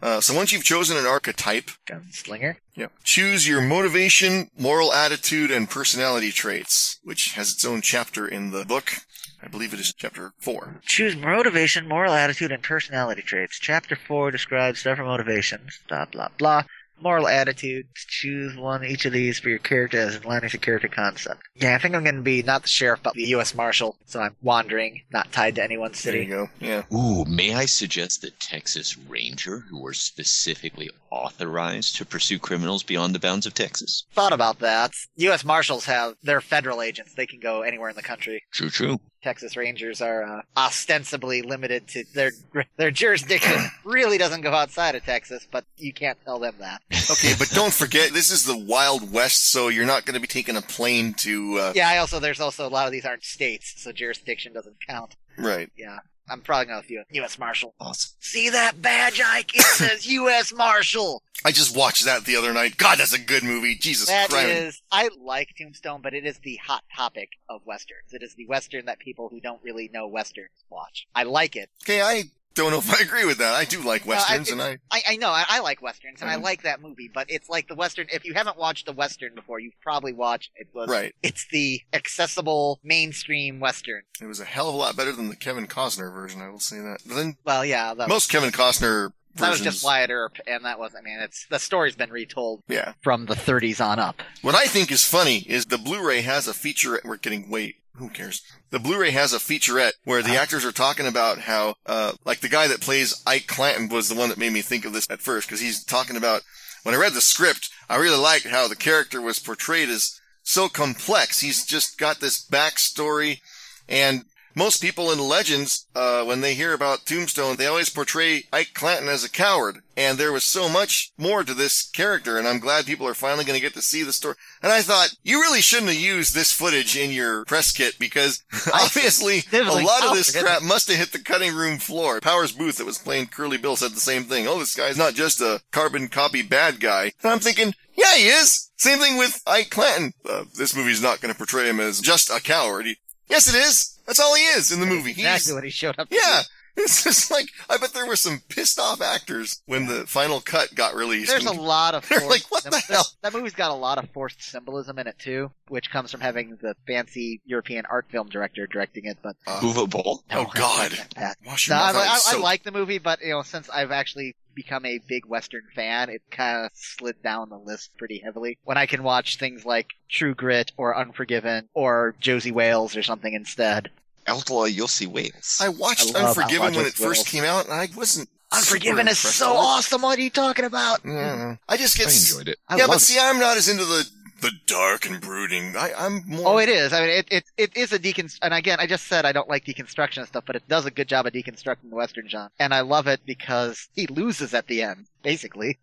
Uh, so once you've chosen an archetype, Gunslinger. yeah. Choose your motivation, moral attitude, and personality traits, which has its own chapter in the book. I believe it is chapter four. Choose motivation, moral attitude, and personality traits. Chapter 4 describes several motivations. Blah, blah, blah. Moral attitude. Choose one each of these for your character as in line with your character concept. Yeah, I think I'm going to be not the sheriff, but the U.S. Marshal. So I'm wandering, not tied to any one There city. you go. Yeah. Ooh, may I suggest the Texas Ranger, who were specifically authorized to pursue criminals beyond the bounds of Texas? thought about that. U.S. Marshals have they're federal agents; they can go anywhere in the country. True, true. Texas Rangers are uh, ostensibly limited to their their jurisdiction. really doesn't go outside of Texas, but you can't tell them that. Okay, but don't forget, this is the Wild West, so you're not going to be taking a plane to. Uh, Yeah, I also there's also a lot of these aren't states, so jurisdiction doesn't count. Right. Yeah, I'm probably going with you, U.S. Marshal. Awesome. See that badge, Ike? It says U.S. Marshal. I just watched that the other night. God, that's a good movie. Jesus That Christ. is, I like Tombstone, but it is the hot topic of westerns. It is the western that people who don't really know westerns watch. I like it. Okay, I don't know if I agree with that. I do like No, I- westerns, and I. I, I know, I, I like westerns, and I Mhm. like that movie, but it's like the western. If you haven't watched a western before, you've probably watched it. Was, Right. It's the accessible mainstream western. It was a hell of a lot better than the Kevin Costner version, I will say that. But then Well, yeah, that, most Kevin Costner versions. that was just Wyatt Earp, and that was. I mean, it's the story's been retold Yeah. from the 30s on up. What I think is funny is the Blu-ray has a featurette. We're getting way. Who cares? The Blu-ray has a featurette where the actors are talking about how, uh, like the guy that plays Ike Clanton was the one that made me think of this at first because he's talking about when I read the script, I really liked how the character was portrayed as so complex. He's just got this backstory and Most people in legends, uh, when they hear about Tombstone, they always portray Ike Clanton as a coward. And there was so much more to this character, and I'm glad people are finally going to get to see the story. And I thought, you really shouldn't have used this footage in your press kit because obviously They a were like, lot of "Oh, this forget crap must have hit the cutting room floor. Powers Booth that was playing Curly Bill said the same thing. Oh, this guy's not just a carbon copy bad guy. And I'm thinking, yeah, he is. Same thing with Ike Clanton. Uh, this movie's not going to portray him as just a coward. He- yes, it is. That's all he is in the movie. He's- Exactly what he showed up. to yeah. do. It's just like, I bet there were some pissed off actors when the final cut got released. There's a lot of They're forced, like, "What the that- hell?" That movie's got a lot of forced symbolism in it too, which comes from having the fancy European art film director directing it. But Uva Bowl? Oh, God. that- Wash No, your I, mouth out I, with soap. I like the movie, but you know, since I've actually become a big Western fan, it kind of slid down the list pretty heavily. When I can watch things like True Grit or Unforgiven or Josie Wales or something instead. Outlaw, you'll see Wales. I watched I love Unforgiven when it Outlaws first World. came out, and I wasn't. Unforgiven super is impressed so with it. awesome. What are you talking about? Yeah. I just I get. s- enjoyed it. I yeah, love but it. see, I'm not as into the the dark and brooding. I, I'm more. Oh, it is. I mean, it, it, it is a decon. And again, I just said I don't like deconstruction and stuff, but it does a good job of deconstructing the Western genre. And I love it because he loses at the end, basically.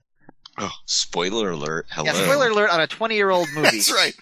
Oh, spoiler alert. Hello. Oh, Yeah, spoiler alert on a 20 year old movie. That's right.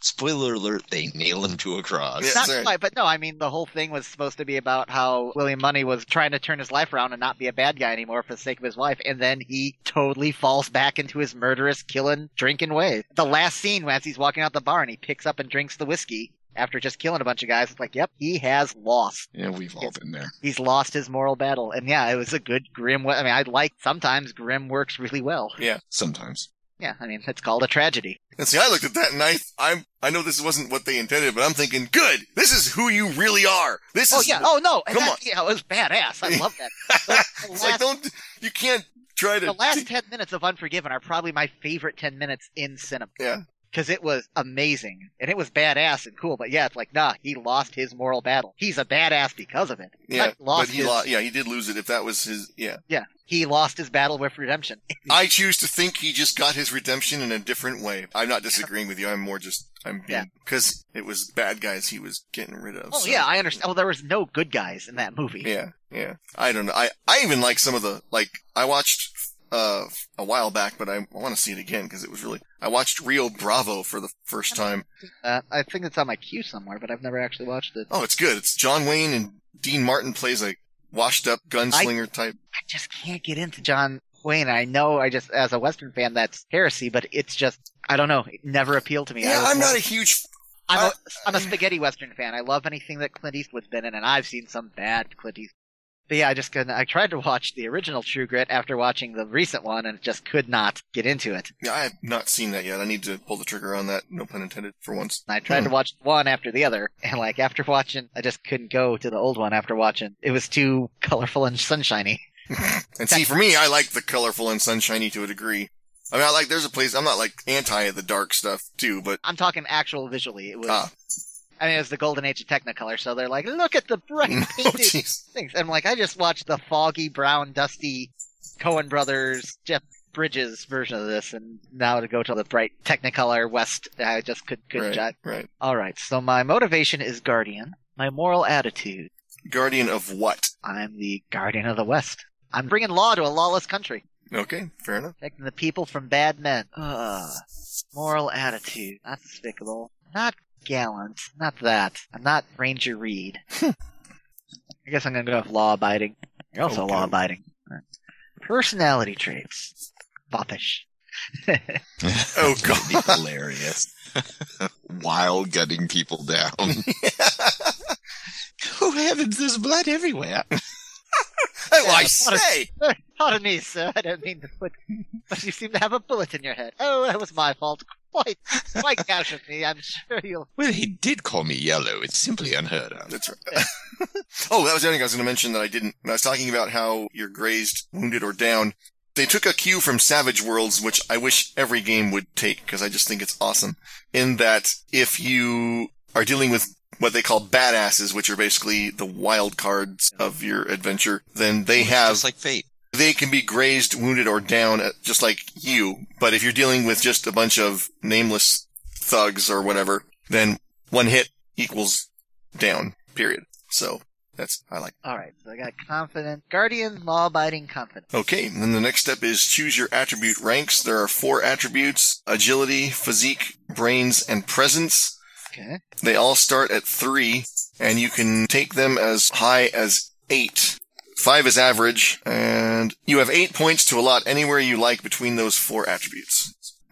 Spoiler alert. They nail him to a cross. Yeah, Not sorry. quite, but no, I mean, the whole thing was supposed to be about how William Money was trying to turn his life around and not be a bad guy anymore for the sake of his wife, and then he totally falls back into his murderous, killing, drinking ways. The last scene, as he's walking out the bar and he picks up and drinks the whiskey after just killing a bunch of guys, it's like, yep, he has lost. Yeah, we've all been there. He's lost his moral battle. And yeah, it was a good grim. we- I mean, I like sometimes grim works really well. Sometimes. Yeah, I mean, it's called a tragedy. And see, I looked at that and I, I'm, I know this wasn't what they intended, but I'm thinking, good. This is who you really are. This Oh is. yeah. Oh no. and Come that- on. Yeah, it was badass. I love that. The It's like last don't. You can't try to. the last 10 minutes of Unforgiven are probably my favorite 10 minutes in cinema. Yeah. Because it was amazing. And it was badass and cool. But yeah, it's like, nah, he lost his moral battle. He's a badass because of it. yeah, Not lost but he his- lost. Yeah, he did lose it. If that was his, yeah. Yeah. He lost his battle with redemption. I choose to think he just got his redemption in a different way. I'm not disagreeing with you. I'm more just I'm Yeah. being because it was bad guys he was getting rid of. Oh, so- yeah, I understand. Well, there was no good guys in that movie. Yeah, yeah. I don't know. I I even like some of the like I watched uh a while back, but I, want to see it again because it was really. I watched Rio Bravo for the first time. Uh, I think it's on my queue somewhere, but I've never actually watched it. Oh, it's good. It's John Wayne and Dean Martin plays a washed up gunslinger type. I just can't get into John Wayne. I know I just, as a Western fan, that's heresy, but it's just, I don't know. It never appealed to me. I Yeah, was I'm never- not a huge. I'm a, I'm a spaghetti western fan. I love anything that Clint Eastwood's been in, and I've seen some bad Clint Eastwood. But yeah, I just couldn't. I tried to watch the original True Grit after watching the recent one, and just could not get into it. Yeah, I have not seen that yet. I need to pull the trigger on that. No pun intended. For once. And I tried to watch one after the other, and like after watching, I just couldn't go to the old one. After watching, it was too colorful and sunshiny. And see, for me, I like the colorful and sunshiny to a degree. I mean, I like, there's a place, I'm not like anti the dark stuff too, but, I'm talking actual visually. It was. ah, I mean, it was the golden age of Technicolor, so they're like, look at the bright oh painted jeez. things. I'm like, I just watched the foggy, brown, dusty Cohen brothers, Jeff Bridges version of this, and now to go to the bright Technicolor West, I just could could Right, jot. right. All right, so my motivation is Guardian. My moral attitude: Guardian of what? I'm the Guardian of the West. I'm bringing law to a lawless country, Okay, fair enough. protecting the people from bad men. Ugh. Moral attitude: not despicable, not gallant, not that. I'm not Ranger Reed. I guess I'm gonna go with law-abiding. You're also Okay. law-abiding. Personality traits: foppish. Oh, That'd be hilarious. While gutting people down. oh heavens, there's blood everywhere. Oh, I Yeah, what a- say! Pardon me, sir. I don't mean to put, but you seem to have a bullet in your head. Oh, that was my fault. Quite, quite cash of me. I'm sure you'll. Well, he did call me yellow. It's simply unheard of. That's right. oh, that was the only thing I was going to mention that I didn't. When I was talking about how you're grazed, wounded, or down, they took a cue from Savage Worlds, which I wish every game would take because I just think it's awesome. In that, if you are dealing with what they call badasses, which are basically the wild cards of your adventure, then they have Just like fate. they can be grazed, wounded, or down, uh, just like you. But if you're dealing with just a bunch of nameless thugs or whatever, then one hit equals down. Period. So that's I like. All right, so I got confident, guardian, law-abiding, confident. Okay, and then the next step is choose your attribute ranks. There are four attributes: agility, physique, brains, and presence. Okay. They all start at three, and you can take them as high as eight. Five is average, and you have eight points to allot anywhere you like between those four attributes.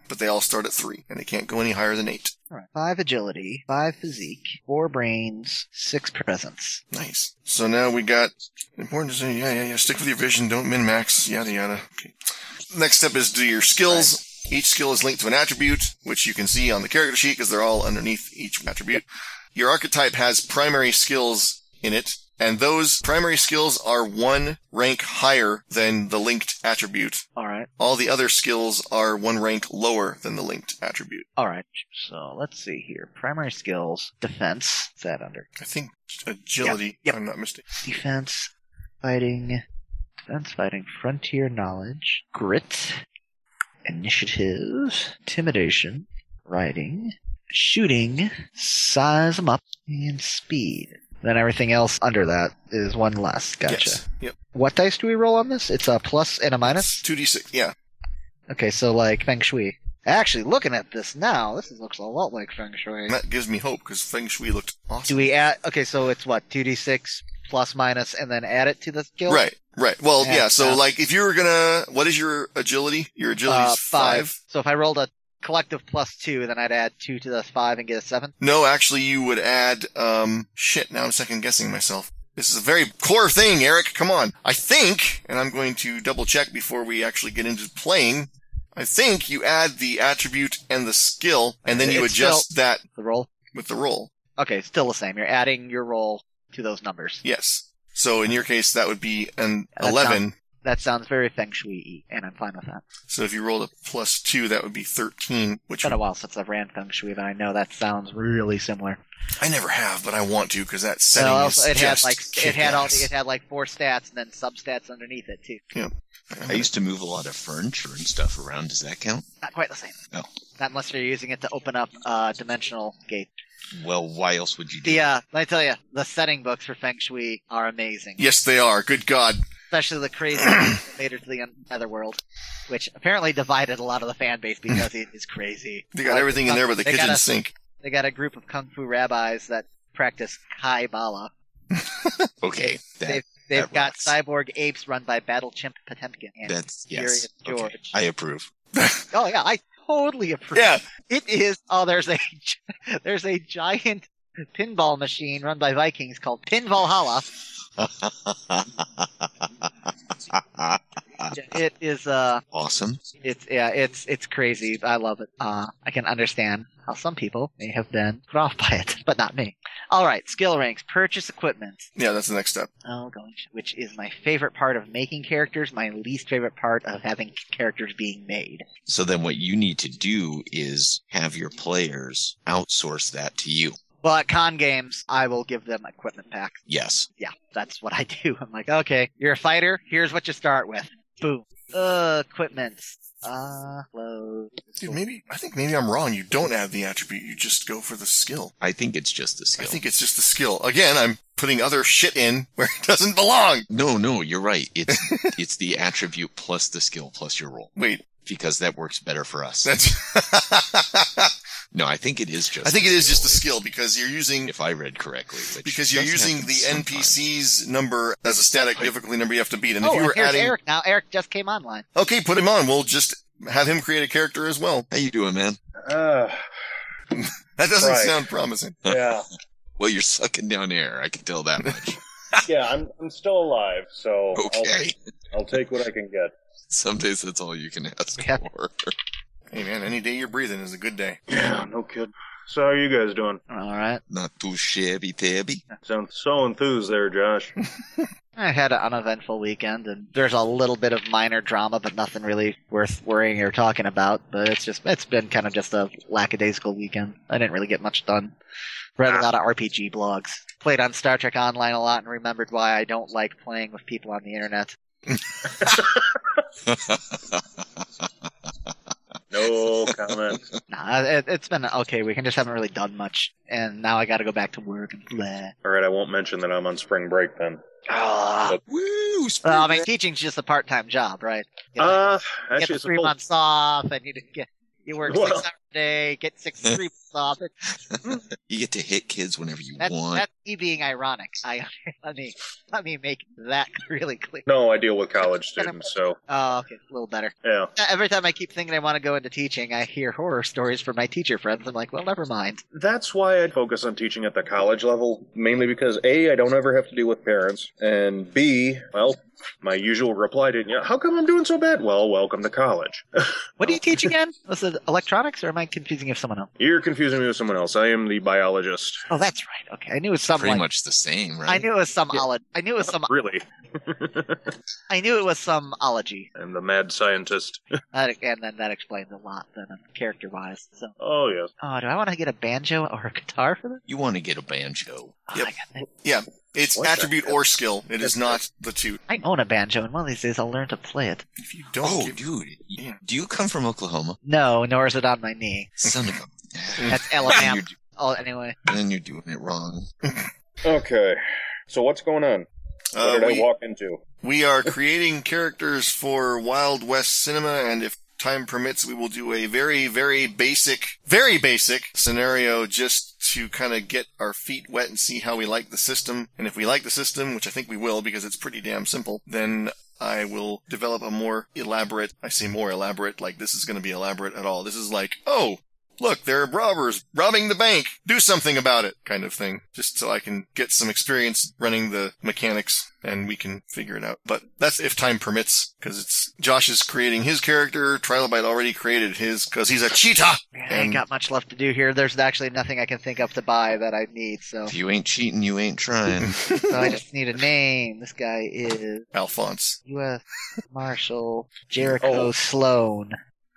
But they all start at three, and they can't go any higher than eight. All right. Five agility, five physique, four brains, six presence. Nice. So now we got important design. Yeah, yeah, yeah. Stick with your vision. Don't min max. Yada yada. Okay. Next step is do your skills. Each skill is linked to an attribute, which you can see on the character sheet because they're all underneath each attribute. Your archetype has primary skills in it, and those primary skills are one rank higher than the linked attribute. All right, All the other skills are one rank lower than the linked attribute. all right. So let's see here. Primary skills, defense. Is that under I think agility, Yeah, yep. if I'm not mistaken. defense, fighting, defense, fighting, frontier knowledge, grit, initiative, intimidation, riding, shooting, size 'em up, and speed. Then everything else under that is one less. Gotcha. Yes. Yep. What dice do we roll on this? It's a plus and a minus. 2d6. Yeah. Okay, so like feng shui. Actually, looking at this now, this is- looks a lot like feng shui. And that gives me hope because Feng Shui looked Do awesome. we add? Okay, so it's what two d six plus minus, and then add it to the skill. Right, right. Well, Yeah, yeah. so, yeah. like, if you were gonna, what is your agility? Your agility Uh, is five. So if I rolled a collective plus two, then I'd add two to the five and get a seven. No, actually, you would add. Um, shit. Now I'm second guessing myself. This is a very core thing, Eric. Come on. I think, and I'm going to double check before we actually get into playing. I think you add the attribute and the skill, and then you It's adjust that The roll. with the roll. Okay, still the same. You're adding your roll to those numbers. Yes. So in your case, that would be an Yeah, that eleven. That sounds very feng shui, and I'm fine with that. So if you rolled a plus two, that would be thirteen, It's which been a while since I've ran feng shui, but I know that sounds really similar. I never have, but I want to because that setting Well, is also, it had just like it had all the, kick-ass. it had like four stats and then substats underneath it too. I used to move a lot of furniture and stuff around. Does that count? Not quite the same. No. Not unless you're using it to open up uh, dimensional gate. Well, why else would you do? The uh, let me tell you, the setting books for feng shui are amazing. Yes, they are. Good God. especially the crazy ones that made it to the Netherworld, which apparently divided a lot of the fan base because it is crazy. They got Like, everything in there but the they kitchen got a- sink. They got a group of kung fu rabbis that practice Kai Bala. that? Okay, that, They've That got rocks. cyborg apes run by battle chimp Potemkin. And- that's Furious yes. Okay, George. I approve. oh yeah, I totally approve. Yeah. It is. Oh, there's a there's a giant pinball machine run by Vikings called Pin Valhalla. It is uh awesome. It's yeah, it's it's crazy. I love it. Uh, I can understand how some people may have been put off by it, but not me. All right, skill ranks, purchase equipment. Yeah, that's the next step. Oh, going which is my favorite part of making characters. My least favorite part of having characters being made. So then, what you need to do is have your players outsource that to you. Well, at con games, I will give them equipment packs. Yes. Yeah, that's what I do. I'm like, okay, you're a fighter. Here's what you start with. Boom. Uh, equipment. Uh, load. Dude, maybe I think maybe I'm wrong. You don't add the attribute. You just go for the skill. I think it's just the skill. I think it's just the skill. Again, I'm putting other shit in where it doesn't belong. no, no, you're right. It's it's the attribute plus the skill plus your roll Wait, because that works better for us. that's. no, I think it is just. I think it is just the skill because you're using If I read correctly, which because you're doesn't using happen the sometimes. NPC's number as a static difficulty number you have to beat, and if oh, you and were here's adding, Eric now. Eric just came online. okay, put him on. We'll just have him create a character as well. How you doing, man? Uh, That doesn't Right. sound promising. yeah, Well, you're sucking down air. I can tell that much. yeah. I'm I'm still alive, so Okay. I'll, I'll take what I can get. Some days that's all you can ask Yeah. for. Hey man, any day you're breathing is a good day. Yeah, no kid. So how are you guys doing? All right. Not too shabby, tabby. Sound so enthused there, Josh. I had an uneventful weekend, and there's a little bit of minor drama, but nothing really worth worrying or talking about. But it's just it's been kind of just a lackadaisical weekend. I didn't really get much done. Ah. Read a lot of RPG blogs, played on Star Trek Online a lot, and remembered why I don't like playing with people on the internet. No comment. Nah, it, it's been okay. We can just haven't really done much, and now I got to go back to work and blah. All right, I won't mention that I'm on spring break then. Ah. Woo! Well, I mean, teaching's just a part-time job, right? You know, Uh, you actually, get it's the three a full, months off, and you get you work Well. six hours a day, get six three months off. It- You get to hit kids whenever you That's, want. that's me being ironic. I let me let me make that really clear. no, I deal with college students, so Oh, okay, a little better. yeah. Uh, Every time I keep thinking I want to go into teaching, I hear horror stories from my teacher friends. I'm like, well, never mind. That's why I focus on teaching at the college level, mainly because A, I don't ever have to deal with parents, and B, well, my usual reply to, you know, how come I'm doing so bad? Well, welcome to college. What Oh. do you teach again? Was it electronics, or am I confusing you with someone else? You're confusing me with someone else. I am the biologist. Oh, that's right. Okay, I knew it was some Pretty like- much the same, right? I knew it was some olo- I knew it was some. Really? I knew it was some ology, I'm the mad scientist. that, and then that explains a lot, then character wise. So, Oh, yes. oh, do I want to get a banjo or a guitar for this? You want to get a banjo. Oh, Yep. I, got It's What's that? attribute or skill. It is not the two. I own a banjo, and one of these days I'll learn to play it. If you don't Oh, give- dude. y- Yeah. Do you come from Oklahoma? No, nor is it on my knee. Son of a. Mm. That's Then Alabama. you're, do- oh, anyway, then you're doing it wrong. Okay. So what's going on? What uh, did we, I walk into? we are creating characters for Wild West Cinema, and if time permits, we will do a very, very basic, very basic scenario just to kind of get our feet wet and see how we like the system. And if we like the system, which I think we will because it's pretty damn simple, then I will develop a more elaborate, I say more elaborate, like this is going to be elaborate at all. This is like, oh, look, there are robbers robbing the bank. Do something about it, kind of thing. Just so I can get some experience running the mechanics and we can figure it out. But that's if time permits, because it's Josh is creating his character. Trilobite already created his because he's a cheetah. man, I ain't And- got much left to do here. There's actually nothing I can think of to buy that I need, so, If you ain't cheating, you ain't trying. so I just need a name. This guy is Alphonse. U.S. Marshal Jericho Oh. Sloan.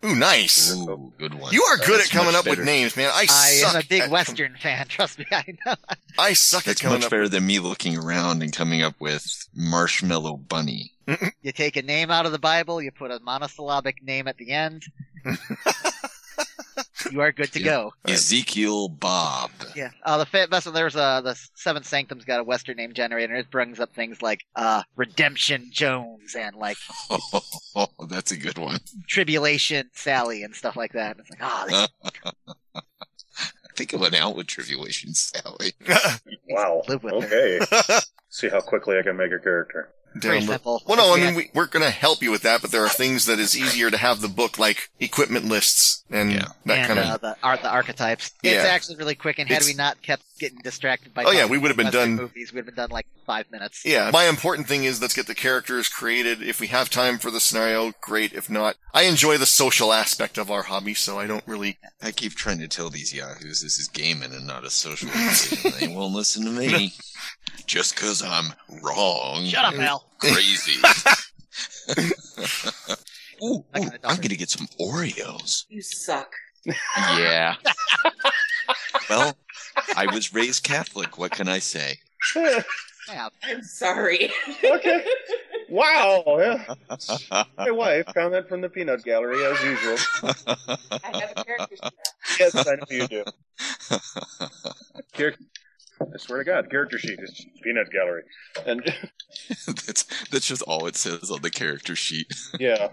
Ooh, nice. Ooh, good one. You are good That's at coming much up better. with names, man. I, I suck am a big at- Western fan. Trust me, I know. I suck at That's coming much up. better than me looking around and coming up with Marshmallow Bunny. You take a name out of the Bible, you put a monosyllabic name at the end. you are good to go. Ezekiel Bob. Yeah. Uh, the fa- best one, there's uh, the Seventh Sanctum's got a Western name generator. and It brings up things like uh, Redemption Jones and like Oh, that's a good one. Tribulation Sally and stuff like that. And it's like, ah, Uh, oh, Think of an out with Tribulation Sally. Wow. Live with okay. See how quickly I can make a character. very Download- simple. Well, no, I Yeah. mean, we, we're going to help you with that, but there are things that is easier to have the book, like equipment lists and Yeah. that and kind of. uh, the art, the archetypes. It's Yeah. actually really quick. And had It's- we not kept getting distracted by Oh, yeah, talking we would've been Western done- Movies, we'd have been done like five minutes. yeah, my important thing is let's get the characters created. If we have time for the scenario, great. If not, I enjoy the social aspect of our hobby, so I don't really. I keep trying to tell these yahoos this is gaming and not a social decision. they won't listen to me. Just because I'm wrong. Shut up, Al. Crazy. Ooh, ooh, I got a I'm dollar. going to get some Oreos. You suck. Yeah. well, I was raised Catholic. What can I say? Yeah, I'm sorry. Okay. Wow. Yeah. My wife, comment from the peanut gallery as usual. I have a character. sheet. Yes, I know you do. Char- I swear to God, character sheet is just peanut gallery. And that's that's just all it says on the character sheet. yeah,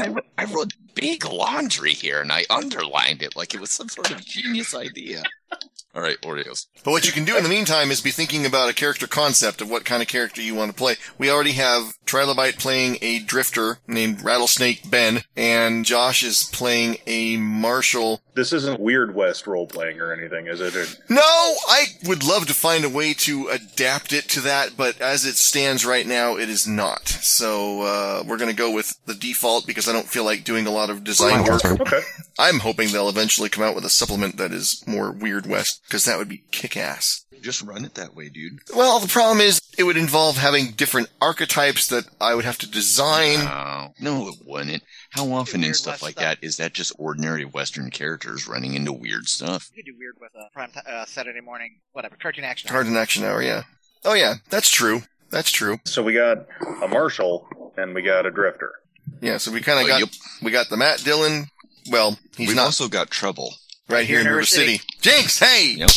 I, wrote, I wrote big laundry here, and I underlined it like it was some sort of genius idea. All right, Oreos. But what you can do in the meantime is be thinking about a character concept of what kind of character you want to play. We already have Trilobite playing a drifter named Rattlesnake Ben, and Josh is playing a marshal this isn't Weird West role playing or anything, is it? Or- No, I would love to find a way to adapt it to that, but as it stands right now, it is not. So uh, we're going to go with the default because I don't feel like doing a lot of design work. Okay. I'm hoping they'll eventually come out with a supplement that is more Weird West because that would be kick ass. Just run it that way, dude. Well, the problem is it would involve having different archetypes that I would have to design. No, Uh, no, it wouldn't. How often in Weird stuff West like stuff. that is that just ordinary Western characters running into weird stuff? you could do weird with a prime ti- uh, Saturday morning, whatever cartoon action. Hard in action hour, yeah. Oh, yeah, that's true. That's true. So we got a marshal and we got a drifter. Yeah, so we kind Oh, of got yep. we got the Matt Dillon Well, he's We've not also got trouble. right here in River City. Jinx, hey! Yep.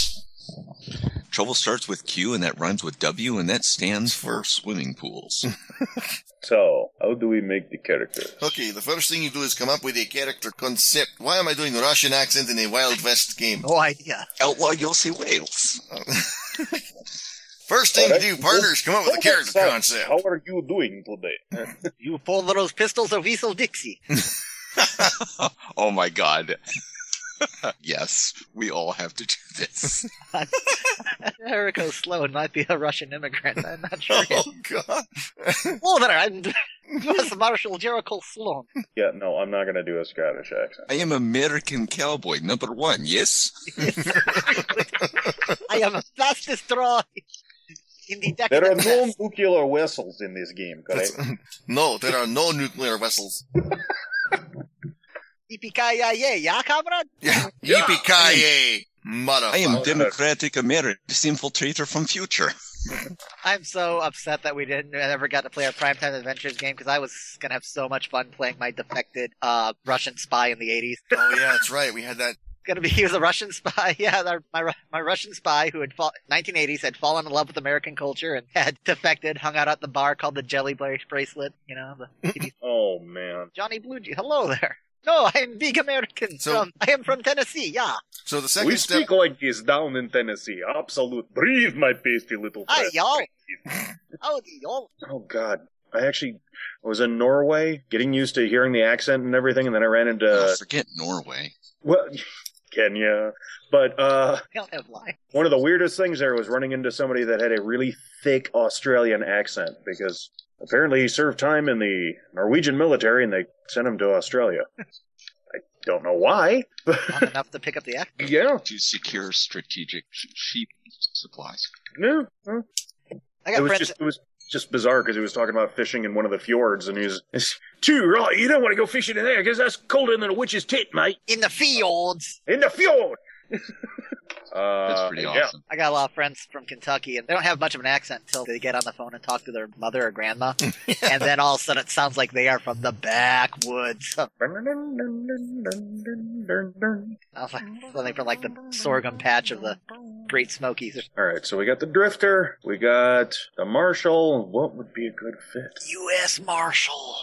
Trouble starts with Q and that rhymes with W and that stands for swimming pools. So, how do we make the character? Okay, the first thing you do is come up with a character concept. Why am I doing a Russian accent in a Wild West game? No idea. Outlaw Yossi Wales. First thing you do, partners, come up with a character concept. How are you doing today? You pull those pistols of Weasel Dixie. oh my god. yes, we all have to do this. Eriko Sloan might be a Russian immigrant. I'm not sure. Oh god. Hello there, I'm US Marshal Jericho Sloan. yeah, no, I'm not gonna do a Scottish accent. I am American cowboy number one, yes? I am a fastest draw in the There are decadent no past. nuclear vessels in this game, correct? No, there are no nuclear vessels. E Yippee-ki-yay, yeah, comrade? Yeah. Yippee-ki-yay, motherfucker. I am Democratic American infiltrator from future. I'm so upset that we didn't ever got to play our Primetime Adventures game because I was going to have so much fun playing my defected uh, Russian spy in the 80s. Oh yeah, that's right. We had that. going to be he was a Russian spy. Yeah, our- my Ru- my Russian spy who had fall, 1980s had fallen in love with American culture and had defected, hung out at the bar called the Jelly Bra- Bracelet. You know, the Oh man. Johnny Blue. Je- Hello there. No, I am big American. So- from, I am from Tennessee. Yeah, So the second we step. speak like this down in Tennessee. Absolute. Breathe, my pasty little hi friend. y'all. Howdy y'all. Oh god. I actually was in Norway, getting used to hearing the accent and everything, and then I ran into Oh, forget Norway. well, Kenya. But uh, We don't have lie. one of the weirdest things there was running into somebody that had a really thick Australian accent because apparently he served time in the Norwegian military and they sent him to Australia. I don't know why. Not enough to pick up the act. Yeah, To secure strategic sh- sheep supplies. no, no. I it got was friends. just it was just bizarre because he was talking about fishing in one of the fjords and he was it's too right. You don't want to go fishing in there because that's colder than a witch's tit, mate. in the fields. In the fjord. That's Uh, pretty yeah. awesome. I got a lot of friends from Kentucky, and they don't have much of an accent until they get on the phone and talk to their mother or grandma, and then all of a sudden it sounds like they are from the backwoods. I was like, something from like the sorghum patch of the Great Smokies. or- All right, so we got the Drifter, we got the Marshal. What would be a good fit? U.S. Marshal.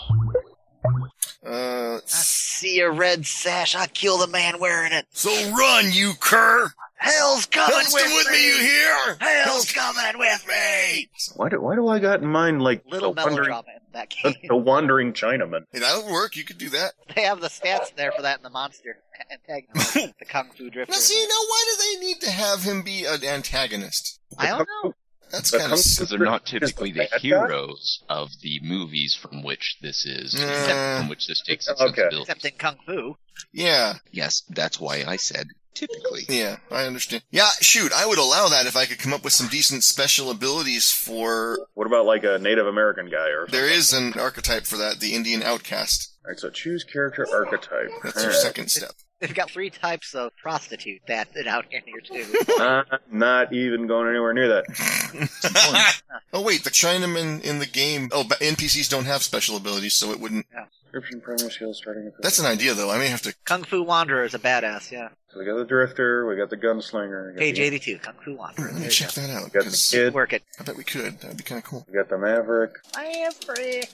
Uh, I see a red sash. I kill the man wearing it. so run, you cur! Hell's coming Hell's with, come with me, you hear? Hell's coming with me. Why do Why do I got in mind like Little the wandering, melodrama in that the, game. the wandering Chinaman? Hey, that would work. You could do that. They have the stats there for that in the monster antagonist, the Kung Fu Drifter. Now, see, now why do they need to have him be an antagonist? I don't know. That's The kind of. Kung Fu Because they're not Drifter is typically the bad guy? heroes of the movies from which this is, Yeah. from which this takes its Okay. sensibility. Except in Kung Fu. Yeah, Yes, that's why I said typically. yeah, I understand. Yeah, shoot, I would allow that if I could come up with some decent special abilities for. What about like a Native American guy or? There is an archetype for that, the Indian outcast. All right, so choose character archetype. That's All your right. second step. They've got three types of prostitute that out in here too. I'm not even going anywhere near that. oh wait, the Chinaman in the game. Oh, but NPCs don't have special abilities, so it wouldn't. Description, promo skills, starting. equipment. That's an idea, though. I may have to. Kung Fu Wanderer is a badass, yeah. So we got the Drifter, we got the Gunslinger, we got, Page the, 82, Kung Fu Wanderer. Let me There you check that out. we got the 'cause Kid, go. Work it. I bet we could. That'd be kind of cool. we got the Maverick, Maverick.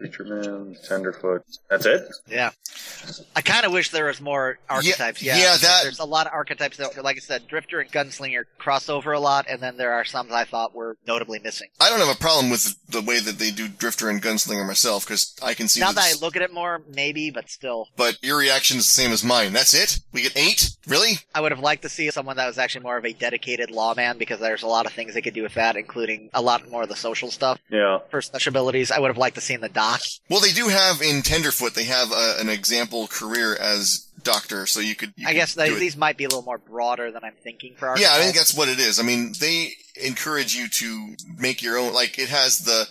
Creatureman, Tenderfoot. That's it. Yeah. I kind of wish there was more archetypes. Yeah, yeah, because that- There's a lot of archetypes that, like I said, Drifter and Gunslinger cross over a lot, and then there are some that I thought were notably missing. I don't have a problem with the way that they do Drifter and Gunslinger myself, because I can see. Now that it's- I look at it more, maybe, but still, But your reaction is the same as mine. That's it. We get eight. Really? I would have liked to see someone that was actually more of a dedicated lawman because there's a lot of things they could do with that, including a lot more of the social stuff Yeah. for special abilities. I would have liked to see in the doc. Well, they do have in Tenderfoot. They have a, an example career as doctor, so you could. you I could guess do they, it. these might be a little more broader than I'm thinking for Yeah, I archetypes. think that's what it is. I mean, they encourage you to make your own. Like, it has the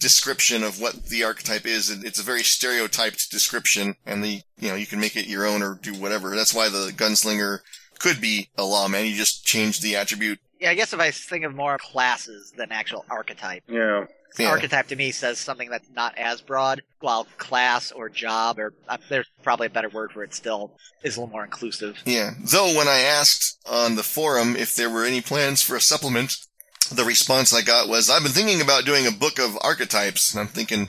description of what the archetype is, and it's a very stereotyped description. And the you know you can make it your own or do whatever. That's why the gunslinger could be a lawman. You just change the attribute. Yeah, I guess if I think of more classes than actual archetype, Yeah. Yeah. archetype to me says something that's not as broad. While class or job or uh, there's probably a better word for it still is a little more inclusive. Yeah. Though when I asked on the forum if there were any plans for a supplement, the response I got was, I've been thinking about doing a book of archetypes. And I'm thinking,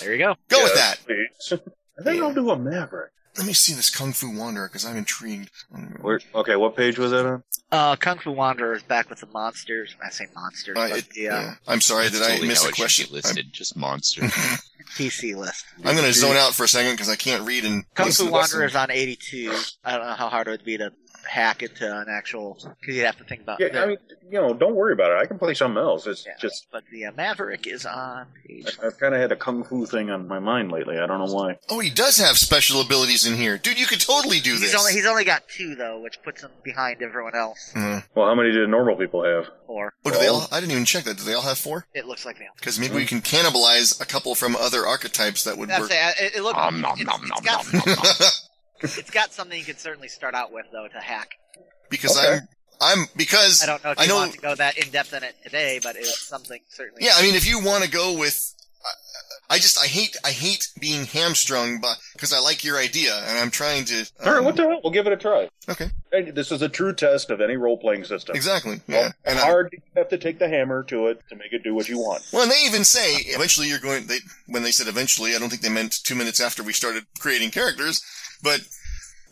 There you go. go with Yes, that. please. I think I'll do a Maverick. Let me see this Kung Fu Wanderer because I'm intrigued. Uh, Where, okay, what page was that on? Uh, Kung Fu Wanderer is back with the monsters. I say monsters, but it- the uh, I'm sorry, did I Totally miss how a it should question? be I'm, Listed just monster. PC list. I'm going to zone out for a second because I can't read and Kung listen Fu to Wanderer is this. on 82. I don't know how hard it would be to hack into an actual because you'd have to think about. Yeah, I mean, you know, don't worry about it. I can play something else. It's Yeah. just but the uh, Maverick is on page. I've kind of had a kung fu thing on my mind lately. I don't know why. Oh, he does have special abilities in here, dude. You could totally do He's this. only he's only got two though, which puts him behind everyone else. Uh, Well, how many did normal people have? Or oh, do they all? I didn't even check that. Do they all have four? it looks like they. Because maybe we can cannibalize a couple from other archetypes that would That's work. it. I- It, it looks. Om nom it's- nom it's nom got- nom nom. it's got something you could certainly start out with though to hack. because Okay. I'm I'm because I don't know if I you know- want to go that in depth in it today, but it's something certainly. yeah. I mean, if you want to go with, I, I just I hate I hate being hamstrung, but because I like your idea and I'm trying to. um, All right, what the hell? We'll give it a try. Okay. And this is a true test of any role playing system. Exactly. Yeah. Well, and I, hard, you have to take the hammer to it to make it do what you want. well, and they even say eventually you're going. They when they said eventually, I don't think they meant two minutes after we started creating characters, but.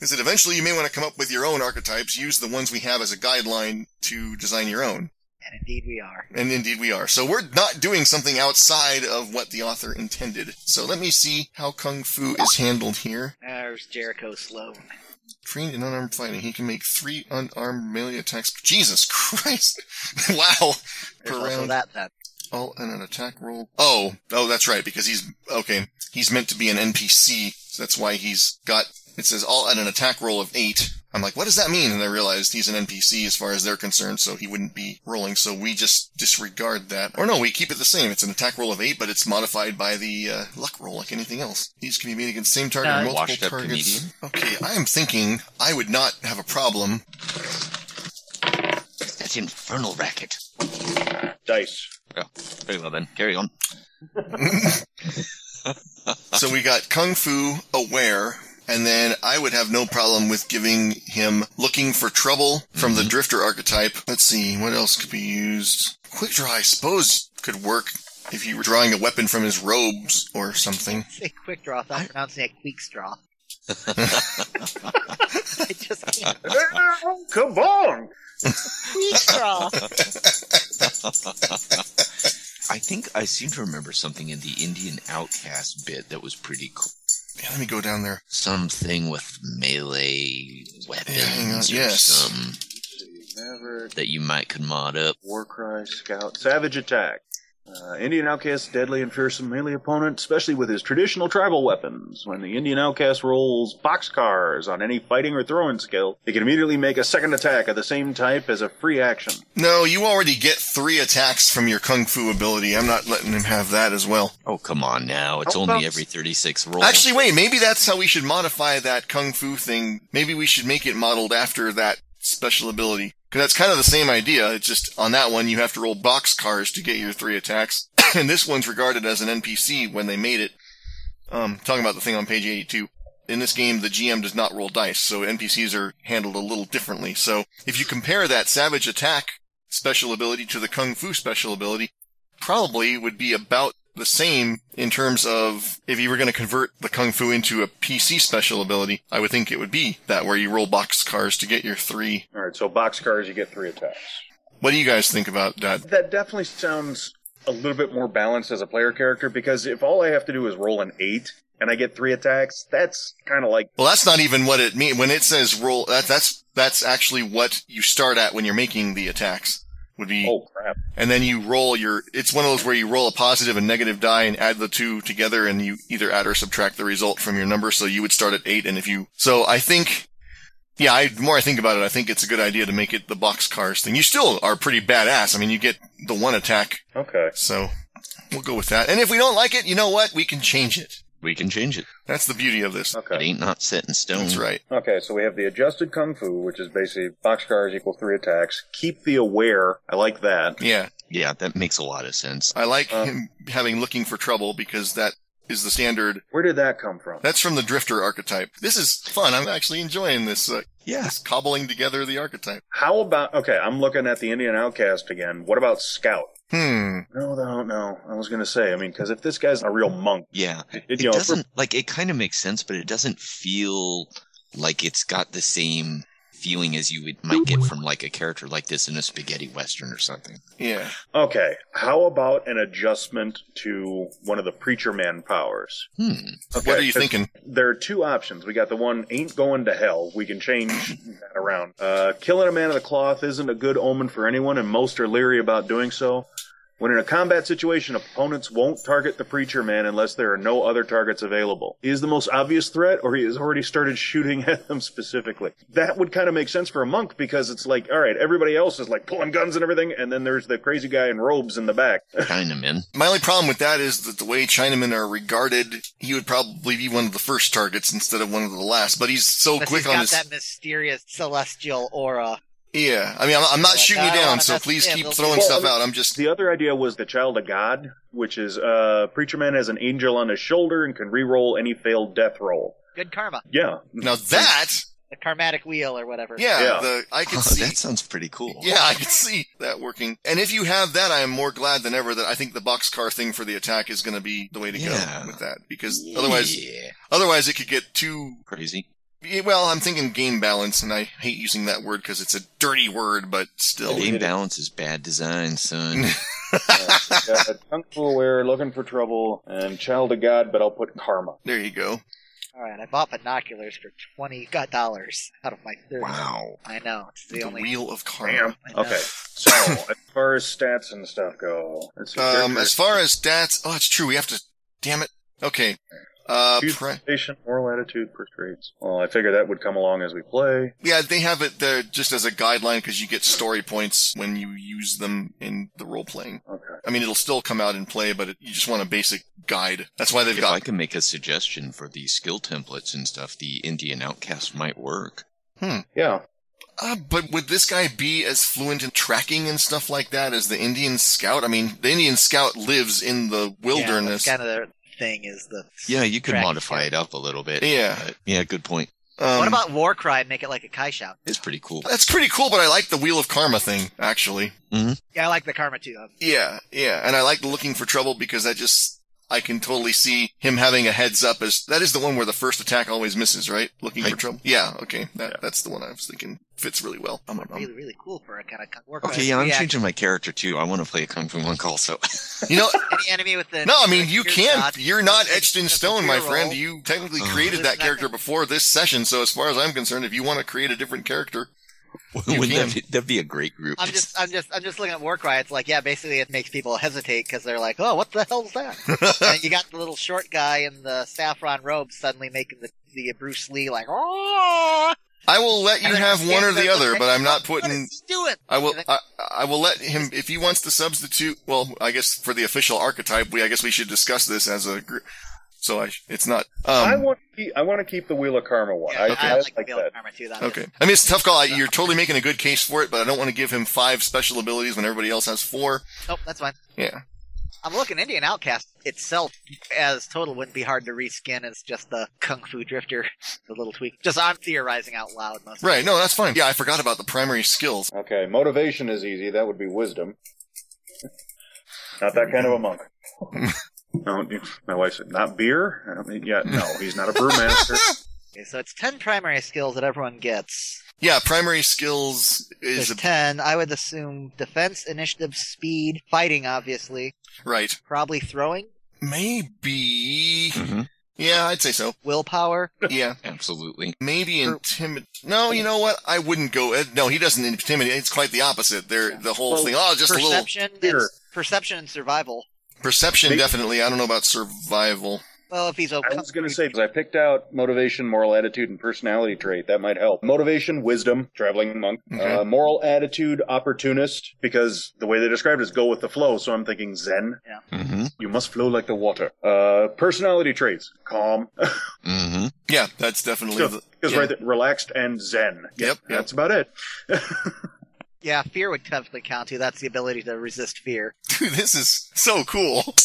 They said eventually you may want to come up with your own archetypes. Use the ones we have as a guideline to design your own. And indeed, we are. And indeed we are. So we're not doing something outside of what the author intended. So let me see how Kung Fu is handled here. There's Jericho Sloan. Trained in unarmed fighting, he can make three unarmed melee attacks. Jesus Christ! wow! There's per also round. that then. All in an attack roll. Oh, oh, that's right, because he's, okay, he's meant to be an NPC, so that's why he's got, it says all at an attack roll of eight. I'm like, what does that mean? And I realized he's an NPC as far as they're concerned, so he wouldn't be rolling, so we just disregard that. Or no, we keep it the same. It's an attack roll of eight, but it's modified by the uh, luck roll like anything else. These can be made against the same target Uh, or multiple Washed up targets. comedian. Okay, I am thinking I would not have a problem That infernal racket. Dice. Very well then. Carry on. So we got Kung Fu Aware, and then I would have no problem with giving him Looking for Trouble from the Drifter archetype. Let's see, what else could be used? Quick Draw, I suppose, could work if you were drawing a weapon from his robes or something. Say quick draw without pronouncing it quick draw. I just can't. Kabong! Quick draw. I think I seem to remember something in the Indian Outcast bit that was pretty cool. Yeah, let me go down there. Something with melee weapons Yeah, hang on. or Yes. some Maverick, that you might could mod up. Warcry, Scout, Savage Attack. Uh, Indian Outcast, deadly and fearsome melee opponent, especially with his traditional tribal weapons. When the Indian Outcast rolls boxcars on any fighting or throwing skill, he can immediately make a second attack of the same type as a free action. No, you already get three attacks from your Kung Fu ability. I'm not letting him have that as well. Oh come on now! It's Oh, only folks. every thirty-six roll. Actually, wait, maybe that's how we should modify that Kung Fu thing. Maybe we should make it modeled after that special ability. Because that's kind of the same idea. It's just on that one, you have to roll box cars to get your three attacks. and this one's regarded as an NPC when they made it. Um, talking about the thing on page 82. In this game, the GM does not roll dice, so NPCs are handled a little differently. So if you compare that Savage Attack special ability to the Kung Fu special ability, probably would be about the same in terms of if you were going to convert the kung fu into a PC special ability, I would think it would be that where you roll box cars to get your three. All right, so boxcars, you get three attacks. What do you guys think about that? That definitely sounds a little bit more balanced as a player character because if all I have to do is roll an eight and I get three attacks, that's kind of like Well, that's not even what it means when it says roll. That, that's that's actually what you start at when you're making the attacks would be, oh crap. and then you roll your. It's one of those where you roll a positive and negative die and add the two together, and you either add or subtract the result from your number. So you would start at eight, and if you so, I think Yeah, I, the more I think about it, I think it's a good idea to make it the box cars thing. You still are pretty badass. I mean, you get the one attack, Okay. so we'll go with that. And if we don't like it, you know what? We can change it. We can change it. That's the beauty of this. It Okay. ain't not set in stone. That's right. Okay, so we have the adjusted kung fu, which is basically boxcars equal three attacks. Keep the aware. I like that. Yeah. Yeah, that makes a lot of sense. I like Uh. him having looking for trouble because that is the standard. Where did that come from? That's from the drifter archetype. This is fun. I'm actually enjoying this. Uh, Yeah. this cobbling together the archetype. How about okay? I'm looking at the Indian outcast again. What about scout? Hmm. No, I don't know. I was gonna say. I mean, because if this guy's a real monk, Yeah. it, It you know, doesn't like it kind of makes sense, but it doesn't feel like it's got the same feeling as you would might get from like a character like this in a spaghetti western or something. Yeah. okay. How about an adjustment to one of the preacher man powers? Hmm. Okay, what are you 'cause thinking? There are two options. We got the one ain't going to hell. We can change that around. Uh, killing a man of the cloth isn't a good omen for anyone, and most are leery about doing so. When in a combat situation, opponents won't target the preacher man unless there are no other targets available. He is the most obvious threat, or he has already started shooting at them specifically. That would kind of make sense for a monk because it's like, all right, everybody else is like pulling guns and everything, and then there's the crazy guy in robes in the back. Chinaman. My only problem with that is that the way Chinamen are regarded, he would probably be one of the first targets instead of one of the last. But he's so But quick he's on got his. that mysterious celestial aura. Yeah. I mean, I'm, I'm not Yeah, shooting you I don't down, wanna so mess- please yeah, keep those- throwing Well, stuff I mean- out. I'm just. The other idea was the Child of God, which is uh, Preacher Man has an angel on his shoulder and can re-roll any failed death roll. Good karma. Yeah. Now that, The karmatic wheel or whatever. yeah, Yeah. The, I could Oh, see. that sounds pretty cool. Yeah, I can see that working. And if you have that, I am more glad than ever that I think the boxcar thing for the attack is going to be the way to Yeah. go with that because otherwise, Yeah. otherwise it could get too. Crazy. yeah, Well, I'm thinking game balance, and I hate using that word because it's a dirty word, but still. Game balance is bad design, son. Uh, Kung Fu Aware, Looking for Trouble, and Child of God, but I'll put Karma. There you go. All right, I bought binoculars for twenty got dollars out of my thirty. wow. I know. It's the, The only. wheel of karma. Bam. Okay. So, as far as stats and stuff go, let's see, Um, character- as far as stats, oh, it's true. We have to. Damn it. Okay. Uh, choose pri- station, moral attitude, persuades. Well, I figure that would come along as we play. Yeah, they have it there just as a guideline because you get story points when you use them in the role playing. Okay. I mean, it'll still come out in play, but it, you just want a basic guide. That's why they've If got. I can make a suggestion for the skill templates and stuff, the Indian outcast might work. Yeah. Uh, but would this guy be as fluent in tracking and stuff like that as the Indian scout? I mean, the Indian scout lives in the wilderness. kind of their thing is the. Yeah, you could Correct, modify yeah. it up a little bit. Yeah. but- yeah, good point. Um, what about war cry? and Make it like a kai shout. It's pretty cool. That's pretty cool, but I like the Wheel of Karma thing actually. Yeah, I like the karma too. Yeah, yeah, and I like the looking for trouble because that just. I can totally see him having a heads up as that is the one where the first attack always misses, right? Looking for Right. trouble. Yeah, okay, that, that's the one I was thinking fits really well. Um, um, um. Really, really cool for a kind of war cry. Okay, yeah, I'm Yeah, changing my character too. I want to play a Kung Fu Monk also. You know, Any enemy with the. No, I mean you your can't. shot, You're not that's a- etched in that's a stone, my fear roll. friend. You technically Oh. created that There's character nothing- before this session, so as far as I'm concerned, if you want to create a different character, You Wouldn't can. that be, that'd be a great group. I'm just, I'm just, I'm just looking at war cry. It's like, yeah, basically, it makes people hesitate because they're like, "Oh, what the hell's that?" and you got the little short guy in the saffron robe suddenly making the, the Bruce Lee like, "Oh!" I will let you And then have the one or kid the says, other, but I'm not What putting. is he doing? I will. And then- I, I will let him if he wants to substitute. Well, I guess for the official archetype, we. I guess we should discuss this as a group. So I. It's not. I Um, want to keep, I want to keep the Wheel of Karma one. Yeah, I, I, I like, like the Bill that. Karma too. That okay. I mean, it's a tough call. I- You're totally making a good case for it, but I don't want to give him five special abilities when everybody else has four. Nope, that's fine. Yeah. I'm looking Indian Outcast itself as total wouldn't be hard to reskin. It's just the Kung Fu Drifter, the little tweak. Just I'm theorizing out loud most. of Right. No, that's fine. Yeah, I forgot about the primary skills. Okay, motivation is easy. That would be wisdom. Not that kind of a monk. no, you- my wife said, not beer? I don't mean, yeah, no, he's not a brewmaster. it. Okay, So it's ten primary skills that everyone gets. Yeah, primary skills is There's a, ten. I would assume defense, initiative, speed, fighting, obviously, right. probably throwing, Maybe. Mhm. Yeah, I'd say so. willpower. Yeah, Absolutely. maybe intimidate. No, you know what? I wouldn't go. uh, No, he doesn't intimidate. It's quite the opposite. They're the whole Well, thing. Oh, just a little perception, Here. and, perception and survival. perception. They- definitely. I don't know about survival. Well, if he's I open, was going to say, because I picked out motivation, moral attitude, and personality trait. That might help. Motivation, wisdom, traveling monk. Uh, moral attitude, opportunist, because the way they described it is go with the flow, so I'm thinking zen. Mm-hmm. You must flow like the water. Uh, personality traits, calm. Mm-hmm. Yeah, that's definitely Because the, yeah. right there, relaxed and zen. Yep, yep. That's about it. yeah, fear would definitely count too. That's the ability to resist fear. Dude, this is so cool.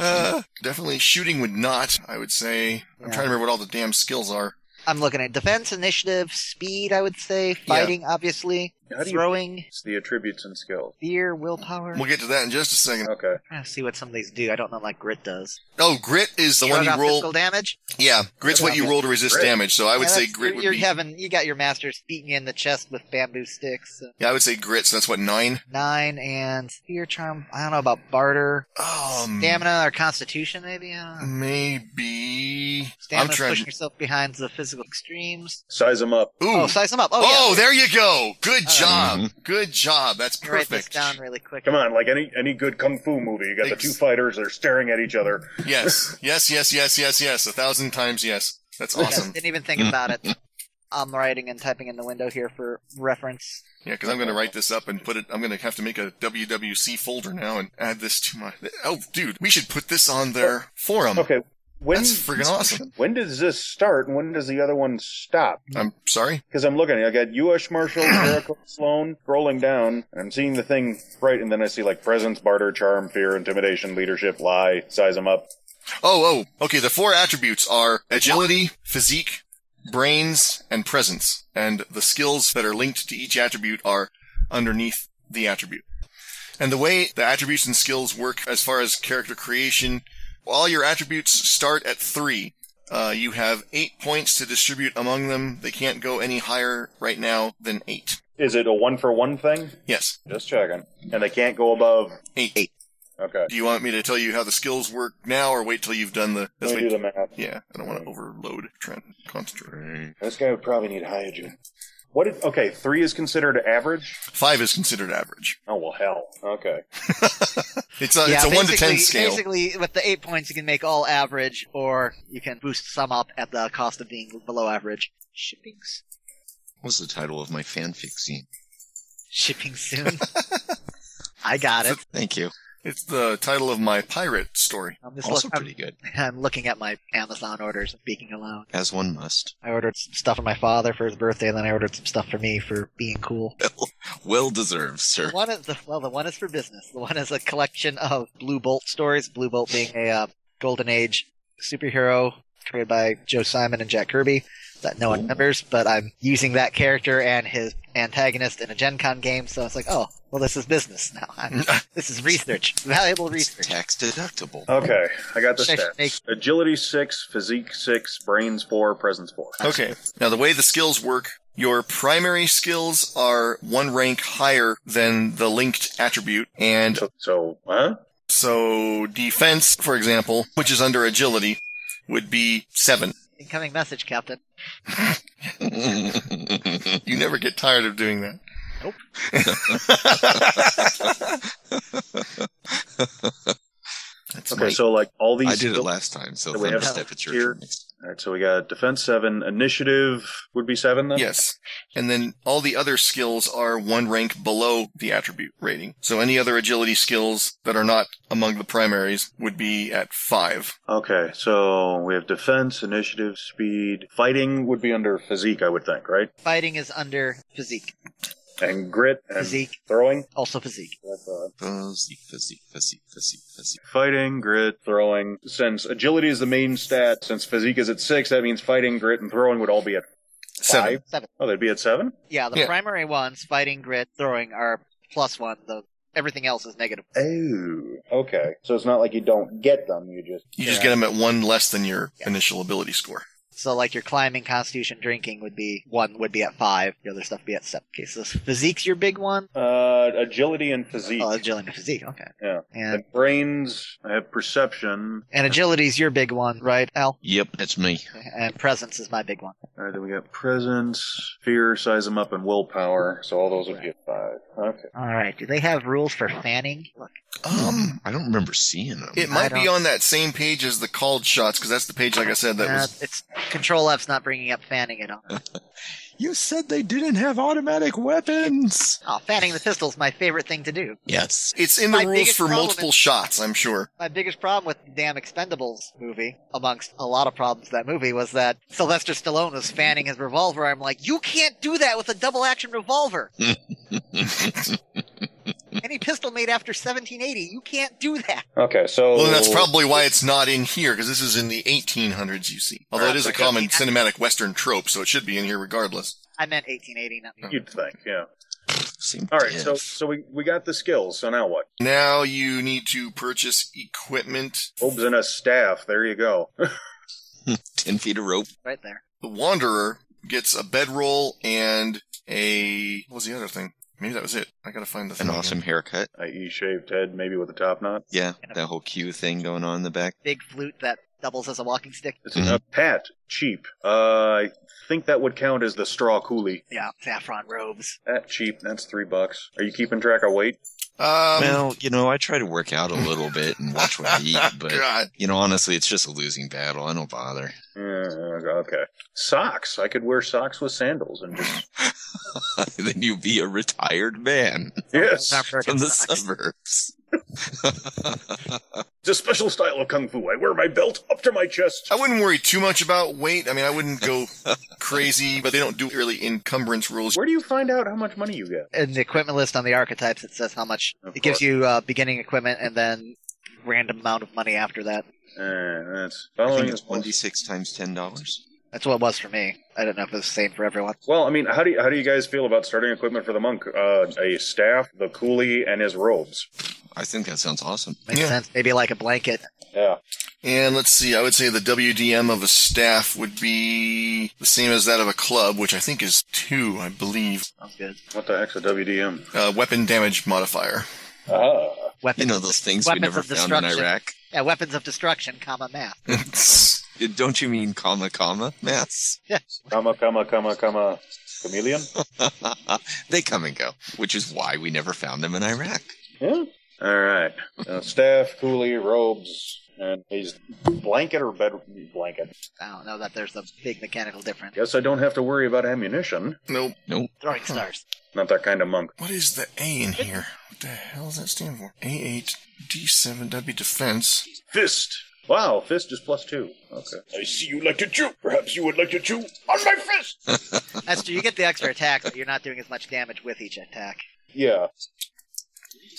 uh, definitely shooting would not, I would say. I'm Yeah. trying to remember what all the damn skills are. I'm looking at defense, initiative, speed. I would say fighting, obviously, How do you- throwing, It's the attributes and skills. fear, willpower. We'll get to that in just a second. Okay. I'm trying to see what some of these do. I don't know, like grit does. Oh, grit is the Shrug one you off roll. physical damage. Yeah, grit's what you roll to resist Grit. damage. So I would Yeah, say that's- grit would You're be. having you got your masters beating you in the chest with bamboo sticks. uh, Yeah, I would say grit. So that's what nine. Nine and fear charm. I don't know about barter, Um, stamina, or constitution. Maybe I don't know. maybe. I'm Stamina's trying. pushing To... yourself behind the physical extremes. Size them up. Ooh. Oh, size them up. Oh, Oh, yeah. Uh, mm-hmm. there you go. Good All right. job. Good job. That's Let me Write this perfect. down really quick. Come on, like any any good kung fu movie, you got the Thanks. two fighters, they're staring at each other. Yes. Yes, yes, yes, yes, yes. A thousand times yes. That's Yes, awesome. didn't even think about it. I'm writing and typing in the window here for reference. Yeah, because I'm going to write this up and put it. I'm going to have to make a WWC folder now and add this to my. Oh, dude, we should put this on Oh, their forum. Okay. When That's freaking awesome. When does this start and when does the other one stop? I'm sorry. Because I'm looking, I got U.S. Marshall, Jericho, Sloan, scrolling down, and I'm seeing the thing right, and then I see like presence, barter, charm, fear, intimidation, leadership, lie, size them up. Oh, oh. Okay, the four attributes are agility, physique, brains, and presence. And the skills that are linked to each attribute are underneath the attribute. And the way the attributes and skills work as far as character creation, all your attributes start at three. Uh, you have eight points to distribute among them. They can't go any higher right now than eight. Is it a one for one thing? Yes, Just checking. And they can't go above. eight. Okay. Do you want me to tell you how the skills work now, or wait till you've done the? Let me do the math. Yeah, I don't want to overload. Try and concentrate. This guy would probably need hyogen. What? Did, okay, three is considered average. Five is considered average. Oh well, hell. Okay. It's a Uh, it's a one to ten basically- scale. Basically, with the eight points, you can make all average, or you can boost some up at the cost of being below average. Shippings. What's the title of my fanfic scene? Shipping soon. I got it. Thank you. It's the title of my pirate story. I'm, just Also look- I'm- pretty good, I'm looking at my Amazon orders, speaking aloud. as one must. I ordered some stuff for my father for his birthday, and then I ordered some stuff for me for being cool. Well deserved, sir. One is the well, the one is for business. The one is a collection of Blue Bolt stories. Blue Bolt being a uh, Golden Age superhero created by Joe Simon and Jack Kirby that no one remembers. But I'm using that character and his antagonist in a Gen Con game, so it's like, oh, well, this is business now. I'm, this is research, valuable It's research. tax deductible. Okay. I got the I should make- stats. Agility six, physique six, brains four, presence four. Okay. Now the way the skills work, your primary skills are one rank higher than the linked attribute, and So, so huh? so defense, for example, which is under agility, would be seven. Incoming message, Captain. You never get tired of doing that. Okay, so like all these. I did it skill- last time, so Do we thumbs have step at here? your turn. All right, so we got defense seven, initiative would be seven then. Yes. And then all the other skills are one rank below the attribute rating. So any other agility skills that are not among the primaries would be at five. Okay, so we have defense, initiative, speed, fighting would be under physique, I would think, right? Fighting is under physique. And grit and Physique. throwing. Also physique. That's, uh, Fuzzy, fuzzy, fuzzy, fuzzy, fuzzy. Fighting, grit, throwing. Since agility is the main stat, since physique is at six, that means fighting, grit, and throwing would all be at Seven. five. Seven. Oh, they'd be at seven. Yeah, the Yeah. primary ones, fighting, grit, throwing, are plus one. The everything else is negative. Oh, okay. So it's not like you don't get them; you just You just get them at one less than your initial ability score. So like your climbing, constitution, drinking would be one would be at five. The other stuff would be at seven. Okay, so physique's your big one. Uh, agility and physique. Oh, agility and physique. Okay, yeah. and The brains, I have perception. and agility's your big one, right, Al? Yep, that's me. And presence is my big one. All right, then we got presence, fear, size them up, and willpower. So all those would be at five. Okay. All right. Do they have rules for fanning? Look, Um, I don't remember seeing them. It I might be don't- on that same page as the called shots because that's the page, like I said, that uh, was. it's Control F's not bringing up fanning at all. You said they didn't have automatic weapons. Oh, fanning the pistol's my favorite thing to do. Yes. It's in the my rules biggest for problem multiple is- shots, I'm sure. My biggest problem with the damn Expendables movie, amongst a lot of problems with that movie, was that Sylvester Stallone was fanning his revolver. I'm like, you can't do that with a double action revolver. Any pistol made after 1780, you can't do that. Okay, so Well, that's probably why it's not in here because this is in the 1800s, you see. Although it is a common cinematic Western trope, so it should be in here regardless. I meant 1880, not you'd think, yeah. Same All right, diff. so so we, we got the skills. So now what? Now you need to purchase equipment. Obes and a staff. There you go. ten feet of rope. right there. The Wanderer gets a bedroll and a. What was the other thing? Maybe that was it. I gotta find the thing. An Oh, again. awesome haircut. I.e., E shaved head, maybe with a top knot. Yeah, that whole Q thing going on in the back. Big flute that doubles as a walking stick. It's a pat, cheap. Uh, I think that would count as the straw coolie. Yeah, saffron robes. That cheap. That's three bucks. Are you keeping track of weight? Um, well, you know, I try to work out a little bit and watch what I eat, but God. you know, honestly, it's just a losing battle. I don't bother. Uh, okay. Socks. I could wear socks with sandals and just then you'll be a retired man yes. from the Socks. suburbs. It's a special style of kung fu. I wear my belt up to my chest. I wouldn't worry too much about weight. I mean, I wouldn't go crazy, but they don't do really encumbrance rules. Where do you find out how much money you get? in the equipment list on the archetypes, it says how much Of it gives course. you uh, beginning equipment and then random amount of money after that. Uh, that's I following think it's one d six times ten dollars. That's what it was for me. I don't know if it was the same for everyone. Well, I mean, how do you, how do you guys feel about starting equipment for the monk? Uh, a staff, the coolie, and his robes. I think that sounds awesome. Makes Yeah. sense. Maybe like a blanket. Yeah. And let's see, I would say the WDM of a staff would be the same as that of a club, which I think is two, I believe. Sounds good. What the heck's a WDM? Uh, weapon damage modifier. Ah. You Weapons. know those things we weapons never of found in destruction. Iraq. Uh, Yeah, weapons of destruction, comma math. Don't you mean comma comma maths? Comma, comma, comma, comma. Chameleon? they come and go, which is why we never found them in Iraq. Yeah. All right. Uh, staff, coolie, robes, and he's blanket or bed blanket. I don't know that there's a big mechanical difference. Guess I don't have to worry about ammunition. nope. Throwing stars. Not that kind of monk. What is the A in here? What the hell does that stand for? A8, D7, that'd be defense. Fist. Wow, fist is plus two. Okay. I see you like to chew. Perhaps you would like to chew on my fist. That's true. You get the extra attack, but you're not doing as much damage with each attack. Yeah.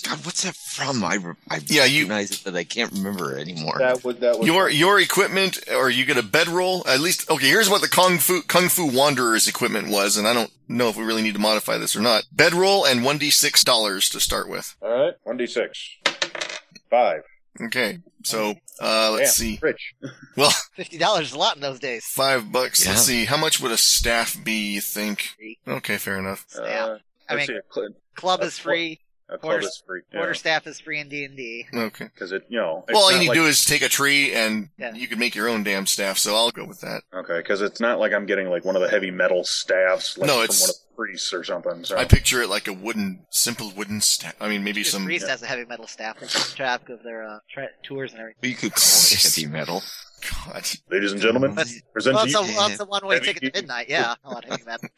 God, what's that from? I, re- I Yeah, you- recognize it, but I can't remember it anymore. That would that would Your your equipment, or you get a bedroll. At least, okay. Here's what the kung fu kung fu wanderer's equipment was, and I don't know if we really need to modify this or not. Bedroll and one d six dollars to start with. All right. One d six. Five. Okay, so uh, let's Damn, see. Rich. Well, Fifty dollars is a lot in those days. five bucks. Let's Yeah. see. How much would a staff be? You think? Okay, fair enough. Yeah. I uh, let's mean- see, a, cl- Club Uh, is free. a club Quarter- is free. Quarterstaff is free in D and D. Okay. Because it, you know, it's well, all you not need like, to do is take a tree, and Yeah. you can make your own damn staff. So I'll go with that. okay, because it's not like I'm getting like one of the heavy metal staffs, like No, from it's- one of the priests or something. So I picture it like a wooden, simple wooden staff. I mean, maybe some. Priest has a heavy metal staff. They keep track of their uh, tra- tours and everything. you could call it heavy metal. God. ladies and gentlemen, That's- present Well, to it's you. a, well, it's a one-way Heavy- ticket to midnight. Yeah, I want heavy metal.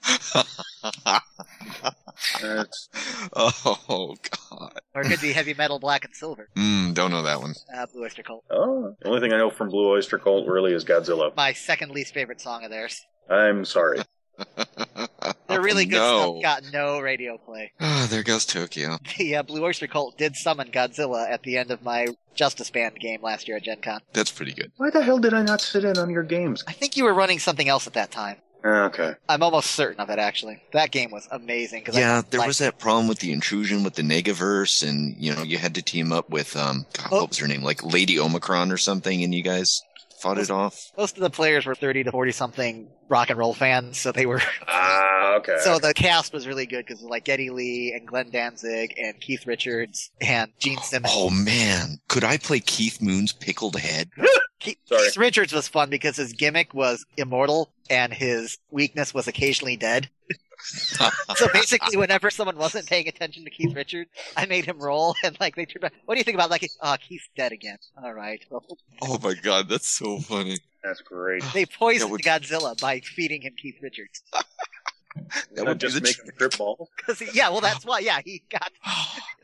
Uh, oh God. Or it could be heavy metal, black and silver. Mm, don't know that one. Uh, Blue Oyster Cult. oh, the only thing I know from Blue Oyster Cult really is Godzilla. My second least favorite song of theirs. I'm sorry. They're really good Oh, no. stuff. Got no radio play. Ah, there goes Tokyo. The uh, Blue Oyster Cult did summon Godzilla at the end of my Justice Band game last year at Gen Con. That's pretty good. Why the hell did I not sit in on your games? I think you were running something else at that time. Okay. I'm almost certain of it, actually. That game was amazing. 'cause I- Yeah, there like- was that problem with the intrusion with the Negaverse, and you know you had to team up with um, God, Oh. what was her name, like Lady Omicron or something, and you guys fought it off. Most of the players were 30 to 40 something rock and roll fans, so they were. Ah, okay. So the cast was really good because like Getty Lee and Glenn Danzig and Keith Richards and Gene Simmons. Oh man, could I play Keith Moon's pickled head? Keith, Sorry. Keith Richards was fun because his gimmick was immortal and his weakness was occasionally dead. so basically, whenever someone wasn't paying attention to Keith Richards, I made him roll, and like they turned back. What do you think about like? Oh, Keith's dead again. All right. Well, Oh my god, that's so funny. That's great. they poisoned would- Godzilla by feeding him Keith Richards. That Not would be just the make tr- a strip ball. 'Cause he- yeah, well, that's why. Yeah, he got.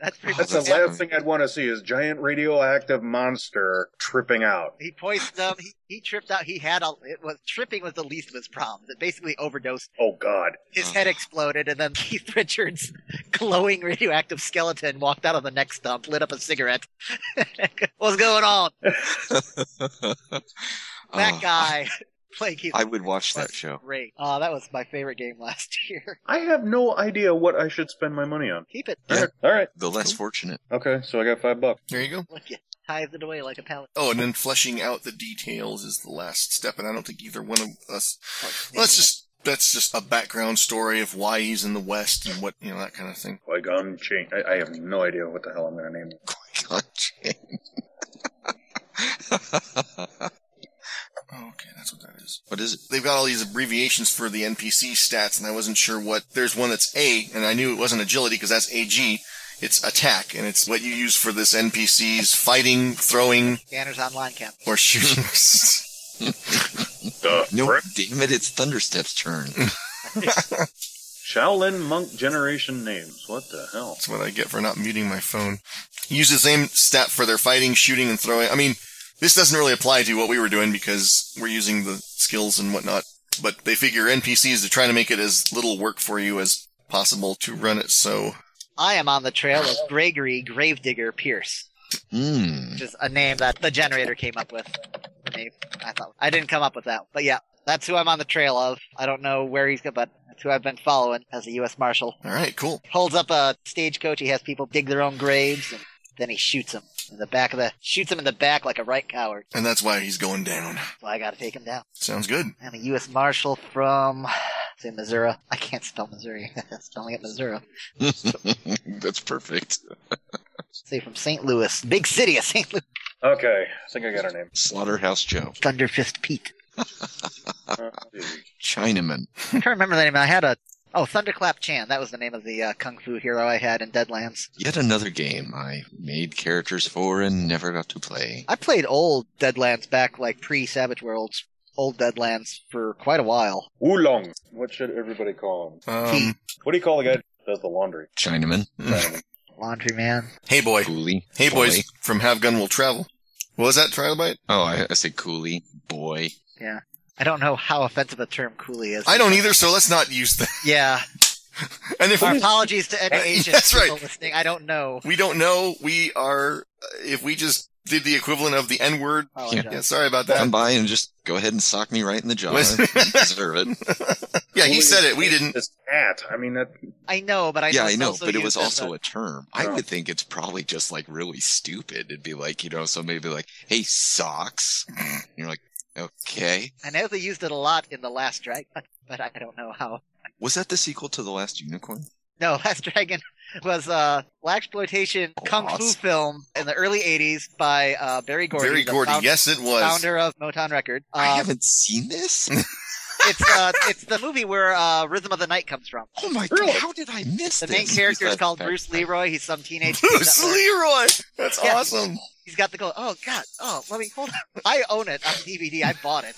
That's pretty much. That's That's the last funny. thing I'd want to see is giant radioactive monster tripping out. He poisoned them. He, he tripped out. He had all. It was tripping was the least of his problems. It basically overdosed. Oh God. His Uh-huh. head exploded, and then Keith Richards' glowing radioactive skeleton walked out of the next dump, lit up a cigarette. What's going on? That Oh, guy playing Keith. I would watch was that show. Great. Oh, that was my favorite game last year. I have no idea what I should spend my money on. Keep it. Yeah. All right. The less fortunate. Okay, so I got five bucks. There you go. Look, it tithed it away like a pallet. Oh, and then fleshing out the details is the last step, and I don't think either one of us. Let's just that's just a background story of why he's in the West and what you know that kind of thing. Like I'm chain. I, I have no idea what the hell I'm gonna name it. Oh, God, Jane. Oh, okay, that's what that is. what is it? They've got all these abbreviations for the NPC stats, and I wasn't sure what. There's one that's A, and I knew it wasn't agility because that's AG. It's attack, and it's what you use for this NPC's fighting, throwing, Scanners online camp. or shooting. The No, frick? damn it! It's Thunderstep's turn. Shaolin monk generation names. What the hell? That's what I get for not muting my phone. Use the same stat for their fighting, shooting, and throwing. I mean, this doesn't really apply to what we were doing because we're using the skills and whatnot. But they figure NPCs are trying to make it as little work for you as possible to run it. So I am on the trail of Gregory Gravedigger Pierce. Hmm. which is a name that the generator came up with. The name, I thought I didn't come up with that, but yeah, that's who I'm on the trail of. I don't know where he's going, but that's who I've been following as a U.S. Marshal. all right, cool. Holds up a stagecoach. He has people dig their own graves, and then he shoots them in the back of the shoots him in the back like a right coward. And that's why he's going down. So I got to take him down. Sounds good. I'm a U.S. Marshal from say Missouri. I can't spell Missouri. Spelling it Missouri. That's perfect. Say from St. Louis, big city of St. Louis. Okay, I think I got a name. Slaughterhouse Joe. Thunderfist Pete. Uh, geez. Chinaman. I can't remember the name. I had a oh Thunderclap Chan. That was the name of the uh, kung fu hero I had in Deadlands. Yet another game I made characters for and never got to play. I played old Deadlands back like pre Savage Worlds, old Deadlands for quite a while. Wulong. What should everybody call him? Um, What do you call the guy that does the laundry? Chinaman. Laundry Man. hey boy, Coolie. hey Boy. boys from Have Gun Will Travel. What was that trilobite? Oh, I, I said coolie. Boy. I don't know how offensive a term coolie is. I don't either, so let's not use that. Yeah. And if Our we, apologies to any Asian That's people right. listening. I don't know. we don't know, we are. If we just did the equivalent of the N word, Apologize. yeah, sorry about that. Come by and just go ahead and sock me right in the jaw. Was- I deserve it. Yeah, he said it. We didn't. It's at. I mean, that, I know, but I yeah, was I know, also but it used was as also a, a term. I Oh. would think it's probably just like really stupid. It'd be like, you know, somebody would be like, hey, socks. And you're like, okay. I know they used it a lot in the Last Dragon, but I don't know how. Was that the sequel to The Last Unicorn? No, Last Dragon was a black exploitation kung fu Lots. film in the early '80s by uh, Barry Gordy. Very the Gordy. found- Yes, it was. founder of Motown Record. I Um, haven't seen this. it's uh, it's the movie where uh, Rhythm of the Night comes from. Oh my Really? god, how did I miss The this? main character is That- called that- Bruce Leroy. He's some teenage. kid Bruce that works- Leroy. That's Yeah. awesome. He's got the go. Oh God. Oh, let me hold on. I own it on DVD. I bought it.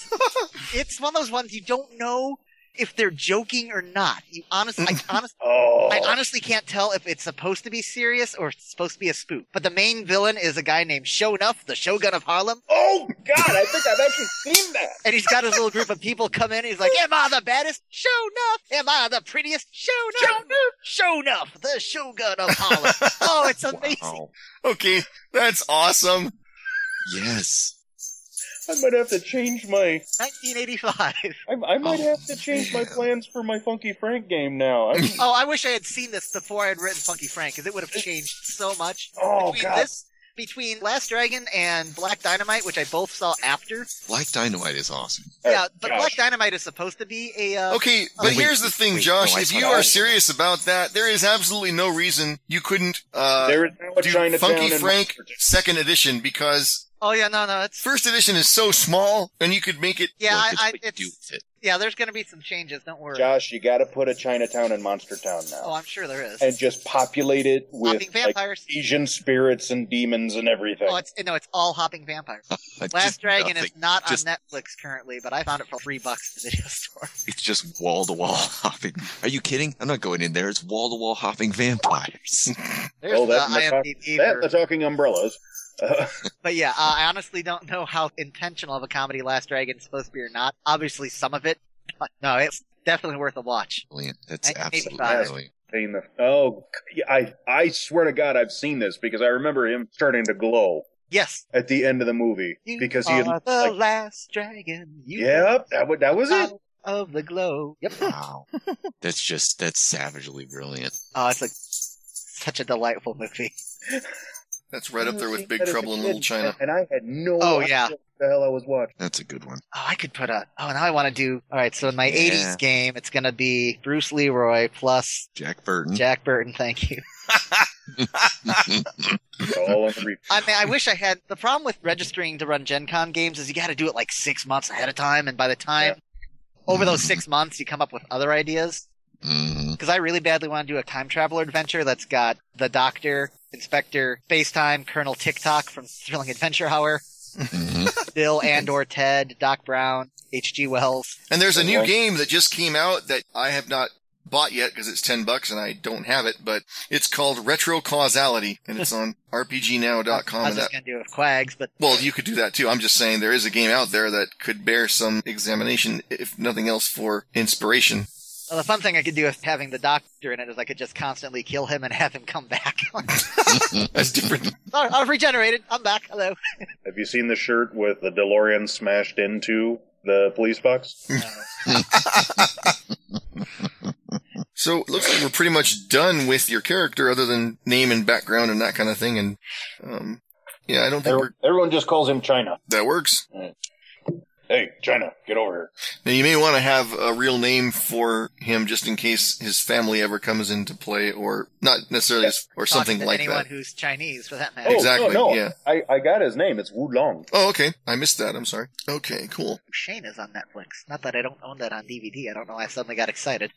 It's one of those ones you don't know if they're joking or not. You honestly, I honestly. oh. I honestly can't tell if it's supposed to be serious or it's supposed to be a spook. But the main villain is a guy named Shonuff, the Shogun of Harlem, oh, God, I think I've actually seen that. and he's got his little group of people come in. And he's like, "Am I the baddest? Show enough. Am I the prettiest? Show enough. Show enough. The Shogun of Holland." oh, it's amazing. Wow. Okay, that's awesome. Yes. I might have to change my. 1985. I, I might Oh, have to change my man. plans for my Funky Frank game now. I'm, Oh, I wish I had seen this before I had written Funky Frank, because it would have changed so much. oh Between God, this between Last Dragon and Black Dynamite, which I both saw after. Black Dynamite is awesome. Oh, yeah, but gosh. Black Dynamite is supposed to be a uh, Okay, but wait, here's the thing, wait, Josh. no, I if thought you I are was- serious about that, there is absolutely no reason you couldn't uh, there is now a do Chinatown Funky in Frank West Virginia. second edition because Oh yeah, no, no, it's first edition is so small and you could make it. yeah, Look I, at I, what you it's do with it. yeah. There's gonna be some changes. Don't worry. Josh, you got to put a Chinatown in Monster Town now, Oh, I'm sure there is. and just populate it with E hopping like, vampires. Asian spirits and demons and everything. oh, it's no, it's all hopping vampires. Like, Last just Dragon nothing. is not Just- on Netflix currently, but I found it for three bucks at the video store. It's just wall to wall hopping. Are you kidding? I'm not going in there. It's wall to wall hopping vampires. There's Oh, that the and the top- IMDb. that, for- the talking umbrellas. Uh, But yeah, uh, I honestly don't know how intentional of a comedy Last Dragon is supposed to be or not. Obviously, some of it. But no, it's definitely worth a watch. Brilliant. That's absolutely 1985. brilliant. seen the- oh, yeah, I I swear to God, I've seen this because I remember him starting to glow Yes. at the end of the movie You because he are had, the like, last dragon. You yep, that, wa- that was are it. out of the glow. Yep. Wow. That's just, that's savagely brilliant. Oh, it's like such a delightful movie. That's right Mm, up there with Big That is Trouble in the Little kid, China. and I had no Oh, idea yeah. what the hell I was watching. That's a good one. Oh, I could put a. Oh, now I want to do. All right, so in my Yeah. '80s game, it's gonna be Bruce Leroy plus Jack Mm. Burton. Jack Burton. Thank you. It's all on the re- I mean, I wish I had. The problem with registering to run Gen Con games is you got to do it like six months ahead of time, and by the time over those six months, you come up with other ideas. Mhm. Because I really badly want to do a time traveler adventure that's got the Doctor, Inspector, Spacetime, Colonel TikTok from Thrilling Adventure Hour, Mhm. Bill and or Ted, Doc Brown, H.G. Wells. And there's a new Okay. game that just came out that I have not bought yet because it's 10 bucks and I don't have it, but it's called Retro Causality and it's on I rpgnow.com was and just that gonna do it with Quags, but well, you could do that too. I'm just saying there is a game out there that could bear some examination, if nothing else, for inspiration. well, the fun thing I could do with having the Doctor in it is I could just constantly kill him and have him come back. That's different. Sorry, I've regenerated. I'm back. Hello. Have you seen the shirt with the DeLorean smashed into the police box? So it looks like we're pretty much done with your character, other than name and background and that kind of thing. And um, yeah, I don't think we're, Everyone just calls him China. that works. Hey, China, get over here. Now you may want to have a real name for him, just in case his family ever comes into play, or not necessarily, his- or something Talk to like anyone that. who's Chinese, for that matter. Oh, Exactly, No, no. yeah. I, I got his name. It's Wu Long. Oh, okay. I missed that. I'm sorry. Okay, cool. Shane is on Netflix. Not that I don't own that on DVD. I don't know why I suddenly got excited.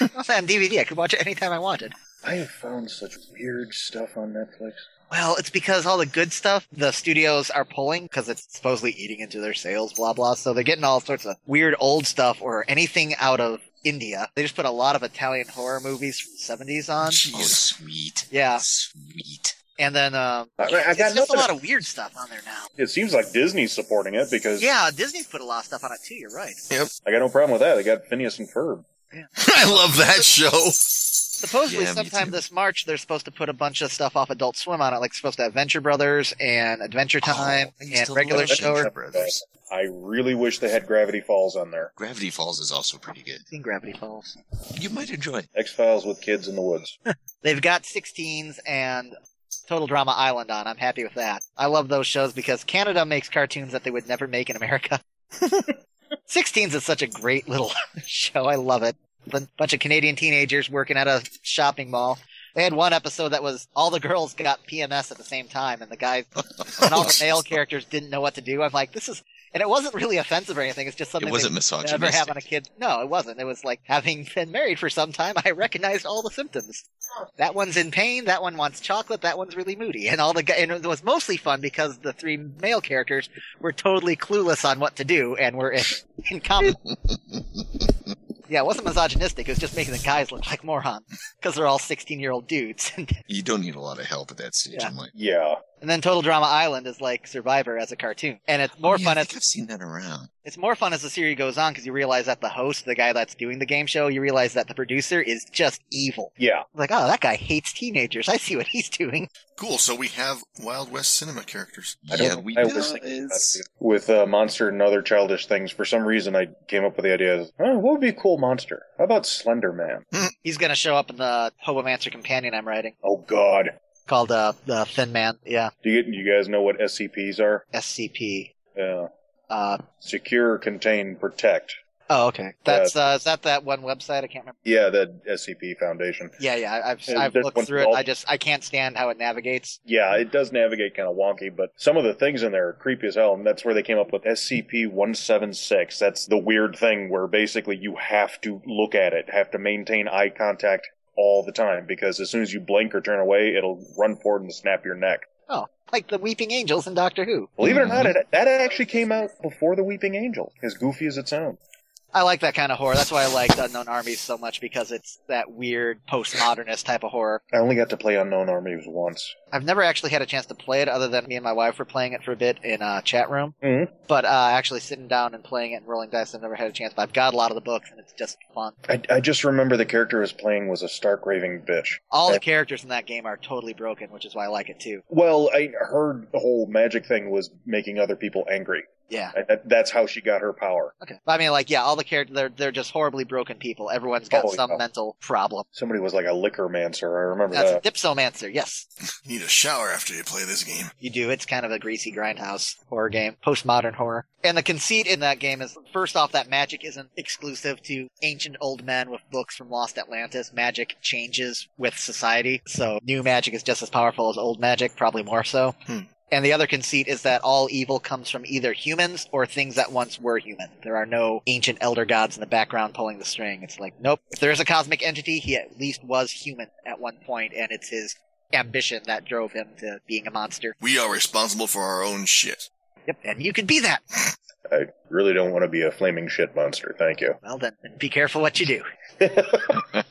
Not that on DVD. I could watch it anytime I wanted. I have found such weird stuff on Netflix. Well, it's because all the good stuff the studios are pulling because it's supposedly eating into their sales, blah, blah. So they're getting all sorts of weird old stuff or anything out of India. They just put a lot of Italian horror movies from the 70s on. Oh, sweet. Yeah. Sweet. And then, um, I, I it's got just a nothing. lot of weird stuff on there now. it seems like Disney's supporting it because Yeah, Disney's put a lot of stuff on it too. You're right. I got no problem with that. They got Phineas and Ferb. I love that show. Supposedly, Yeah, me sometime too. this March, they're supposed to put a bunch of stuff off Adult Swim on it, like supposed to have Venture Brothers and Adventure Time Oh, I used and to Uh, Regular love Venture Show. Brothers. I really wish they had Gravity Falls on there. Gravity Falls is also pretty good. In Gravity Falls, You might enjoy it. X Files with kids in the woods. they've got 16s and Total Drama Island on. I'm happy with that. I love those shows because Canada makes cartoons that they would never make in America. 16s is such a great little show. I love it. A bunch of Canadian teenagers working at a shopping mall. They had one episode that was all the girls got PMS at the same time, and the guys Oh, and all the male characters didn't know what to do. I'm like, this is, and it wasn't really offensive or anything. It's just something It wasn't they never have on misogynistic. a kid. No, it wasn't. It was like having been married for some time. I recognized all the symptoms. That one's in pain. That one wants chocolate. That one's really moody. And all the guy, and it was mostly fun because the three male characters were totally clueless on what to do and were in, in common. yeah, it wasn't misogynistic. It was just making the guys look like morons because they're all 16 year old dudes. You don't need a lot of help at that stage. Yeah. I'm like, Yeah. and then Total Drama Island is like Survivor as a cartoon, and it's more oh, yeah, fun I as think I've seen that around. It's more fun as the series goes on because you realize that the host, the guy that's doing the game show, you realize that the producer is just evil. Yeah. Like, oh, that guy hates teenagers. I see what he's doing. Cool. So we have Wild West cinema characters. I don't yeah, think we I do. was It's- With uh, Monster and other childish things, for some reason I came up with the idea of, oh, what would be a cool monster? How about Slender Man? He's going to show up in the Hobomancer Companion I'm writing. Oh, God. called uh, the Thin Man. Yeah, Do you, you guys know what SCPs are? SCP. Yeah. Uh, Secure, contain, protect. oh, okay. That's uh, is that that one website? I can't remember. Yeah, the SCP Foundation. Yeah, yeah. I- I've Yeah, I've there's looked one through it. called- I just I can't stand how it navigates. Yeah, it does navigate kind of wonky, but some of the things in there are creepy as hell, and that's where they came up with SCP 176. That's the weird thing where basically you have to look at it, have to maintain eye contact all the time, because as soon as you blink or turn away, it'll run forward and snap your neck. Oh, like the Weeping Angels in Doctor Who. Believe it or not, it, that actually came out before The Weeping Angel, as goofy as it sounds. I like that kind of horror. That's why I liked Unknown Armies so much because it's that weird postmodernist type of horror. I only got to play Unknown Armies once. I've never actually had a chance to play it other than me and my wife were playing it for a bit in a chat room. Mhm. But uh, actually sitting down and playing it and rolling dice, I've never had a chance. But I've got a lot of the books and it's just fun. I, I just remember the character I was playing was a stark raving bitch. All the Yeah. characters in that game are totally broken, which is why I like it too. Well, I heard the whole magic thing was making other people angry. Yeah. I- that, that's how she got her power. Okay. But I mean, like, yeah, all the characters, they're, they're just horribly broken people. Everyone's got Oh, some yeah. mental problem. Somebody was like a liquor mancer. I remember That's a that. dipsomancer, yes. Need a shower after you play this game. You do. It's kind of a greasy grindhouse horror game, postmodern horror. And the conceit in that game is first off, that magic isn't exclusive to ancient old men with books from Lost Atlantis. Magic changes with society. So new magic is just as powerful as old magic, probably more so. Hmm. And the other conceit is that all evil comes from either humans or things that once were human. There are no ancient elder gods in the background pulling the string. It's like, nope. If there is a cosmic entity, he at least was human at one point, and it's his ambition that drove him to being a monster. We are responsible for our own shit. Yep, and you could be that. I really don't want to be a flaming shit monster. Thank you. Well, then be careful what you do. Ah,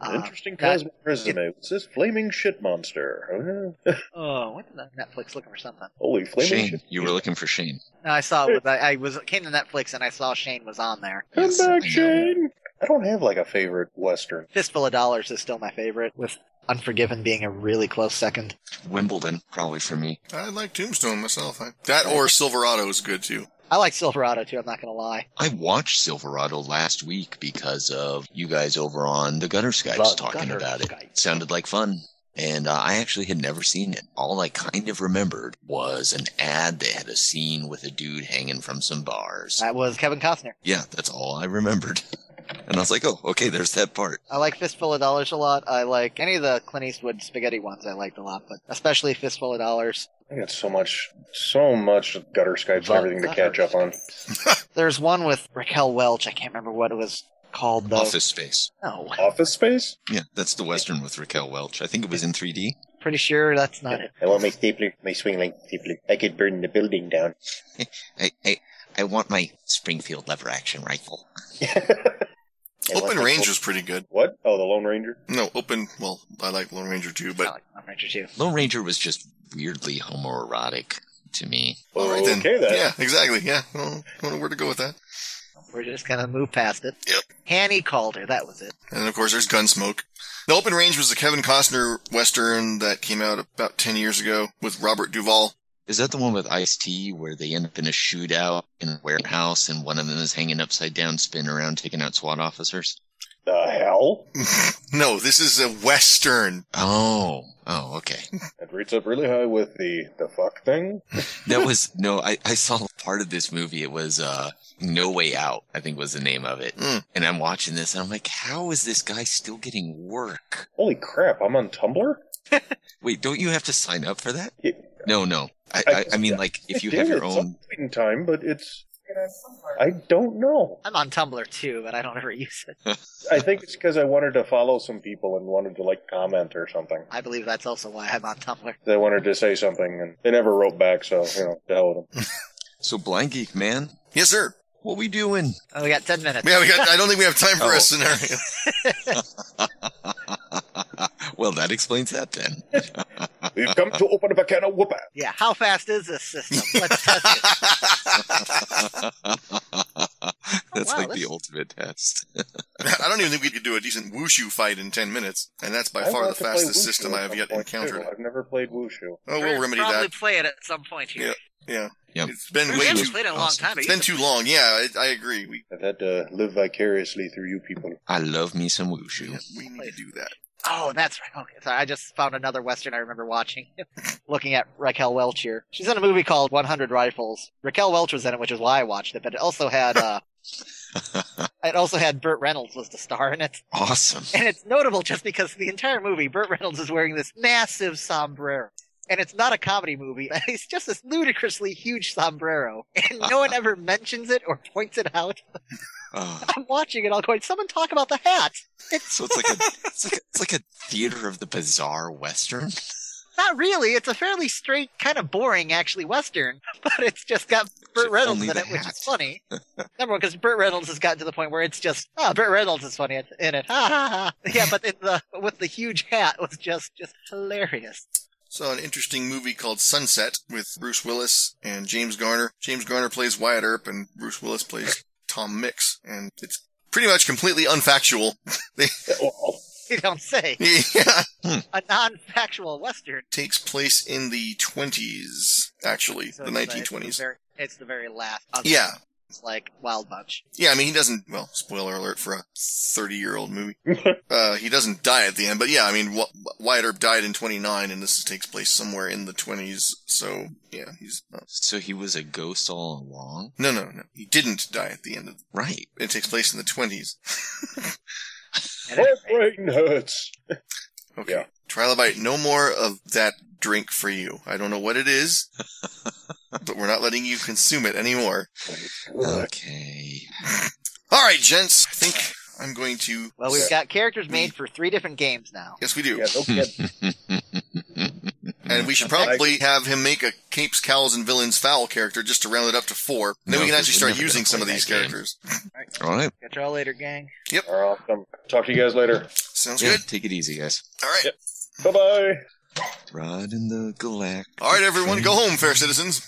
Uh, Interesting that- cosmic resume. What's this flaming shit monster? Uh, oh, what's on Netflix looking for something? Holy flaming Shane, shit. you were looking for Shane. No, I saw. It was, I, I was came to Netflix and I saw Shane was on there. Come Yes, back, I know. Shane. I don't have like a favorite western. Fistful of Dollars is still my favorite, with Unforgiven being a really close second. Wimbledon, probably for me. I like Tombstone myself. I, that or Silverado is good too. I like Silverado too. I'm not gonna lie. I watched Silverado last week because of you guys over on the Gutter Skypes The talking Gutter about it. Skypes. Sounded like fun. And uh, I actually had never seen it. All I kind of remembered was an ad that had a scene with a dude hanging from some bars. That was Kevin Costner. Yeah, that's all I remembered. And I was like, oh, okay, there's that part. I like Fistful of Dollars a lot. I like any of the Clint Eastwood spaghetti ones. I liked a lot, but especially Fistful of Dollars. I got so much, so much gutter skypes and everything to catch up on. There's one with Raquel Welch. I can't remember what it was called though. Office Space. No, Office Space? Yeah, that's the Western with Raquel Welch. I think it was in 3D. pretty sure that's not it. I want my stapler, my swing line stapler. I could burn the building down. I, I, I want my Springfield lever action rifle. Open Range was pretty good. What? Oh, the Lone Ranger? No, Open. Well, I like Lone Ranger too, I but like Lone Ranger too. Lone Ranger was just weirdly homoerotic to me. all right then. Okay, then. Yeah, exactly. Yeah, I don't, I don't know where to go with that. We're just gonna move past it. Yep. Hanny Calder, that was it. And of course, there's Gunsmoke. The Open Range was the Kevin Costner western that came out about ten years ago with Robert Duvall. Is that the one with Ice T where they end up in a shootout in a warehouse and one of them is hanging upside down, spinning around, taking out SWAT officers? The hell? No, this is a western. Oh, oh, okay. It rates up really high with the the fuck thing. That was no. I, I saw part of this movie. It was uh, No Way Out. I think was the name of it. Mm. And I'm watching this and I'm like, how is this guy still getting work? Holy crap! I'm on Tumblr. Wait, don't you have to sign up for that? Yeah. No, no. I, I- I, I mean, like, if you have Damn, your it's own, up in time, but it's I don't know. I'm on Tumblr too, but I don't ever use it. I think it's because I wanted to follow some people and wanted to like comment or something. I believe that's also why I'm on Tumblr. They wanted to say something and they never wrote back, so you know, to hell with them. so blind geek man, Yes, sir. what we doing? Oh, we got ten minutes. Yeah, we got, I don't think we have time for Oh. a scenario. well, that explains that then. We've come to open up a can of whoop. Yeah, how fast is this system? Let's test it. That's wow, like this- the ultimate test. I don't even think we could do a decent wushu fight in ten minutes, and that's by I far the want to play fastest Wushu system at I have some yet point, too. encountered. I've never played Wushu. Oh, we'll remedy probably that. play it at some point here. Yeah, Yep. it's been We way haven't too. played it in a long awesome. time. It's been too long. Yeah, I, I agree. We I've had to live vicariously through you people. I love me some wushu. we need to do that. Oh, that's right. Okay, sorry. I just found another Western I remember watching, looking at Raquel Welch here. She's in a movie called 100 Rifles. Raquel Welch was in it, which is why I watched it, but it also had, uh, it also had Burt Reynolds was the star in it. Awesome. And it's notable just because the entire movie, Burt Reynolds is wearing this massive sombrero. And it's not a comedy movie. It's just this ludicrously huge sombrero. And no one ever mentions it or points it out. Uh, I'm watching it all going, someone talk about the hat. so it's like a it's like a, it's like a theater of the bizarre western. Not really. It's a fairly straight, kind of boring, actually, Western, but it's just got Burt Only Reynolds in the it, which hat. is funny. Number one, because Burt Reynolds has gotten to the point where it's just, ah, Burt Reynolds is funny in it. Ha ha ha. Yeah, but in the, with the huge hat was just, just hilarious. Saw an interesting movie called Sunset with Bruce Willis and James Garner. James Garner plays Wyatt Earp and Bruce Willis plays Tom Mix, and it's pretty much completely unfactual. Well, You don't say. yeah, A non-factual Western. takes place in the 20s, actually, So the it's it's 1920s. very- It's the very last. of Yeah, It's like Wild Bunch. yeah. I mean, he doesn't. Well, spoiler alert for a 30-year-old movie. uh, he doesn't die at the end, but yeah, I mean, Wy- Wyatt Earp died in 29, and this takes place somewhere in the 20s. So yeah, he's not, So he was a ghost all along, no, no, no. He didn't die at the end of. right? It takes place in the 20s. At any Left rate, brain hurts. Okay. Yeah. Trilobite, no more of that drink for you. I don't know what it is, but we're not letting you consume it anymore. Okay. All right, gents. I think I'm going to. Well, we've got characters made for three different games now. Yes, we do. Yeah, no kid. And we should probably have him make a Capes, Cowls, and Villains Foul character just to round it up to four. And then No, we can 'cause actually we're start never using gonna some of play these that game. characters. All right. Catch y'all later, gang. All right, I'll come talk to you guys later. Sounds Yeah, good. take it easy, guys. All right. Yep. Bye bye. Ride in the galactic. All right, everyone. Go Mm-hmm. home, fair citizens.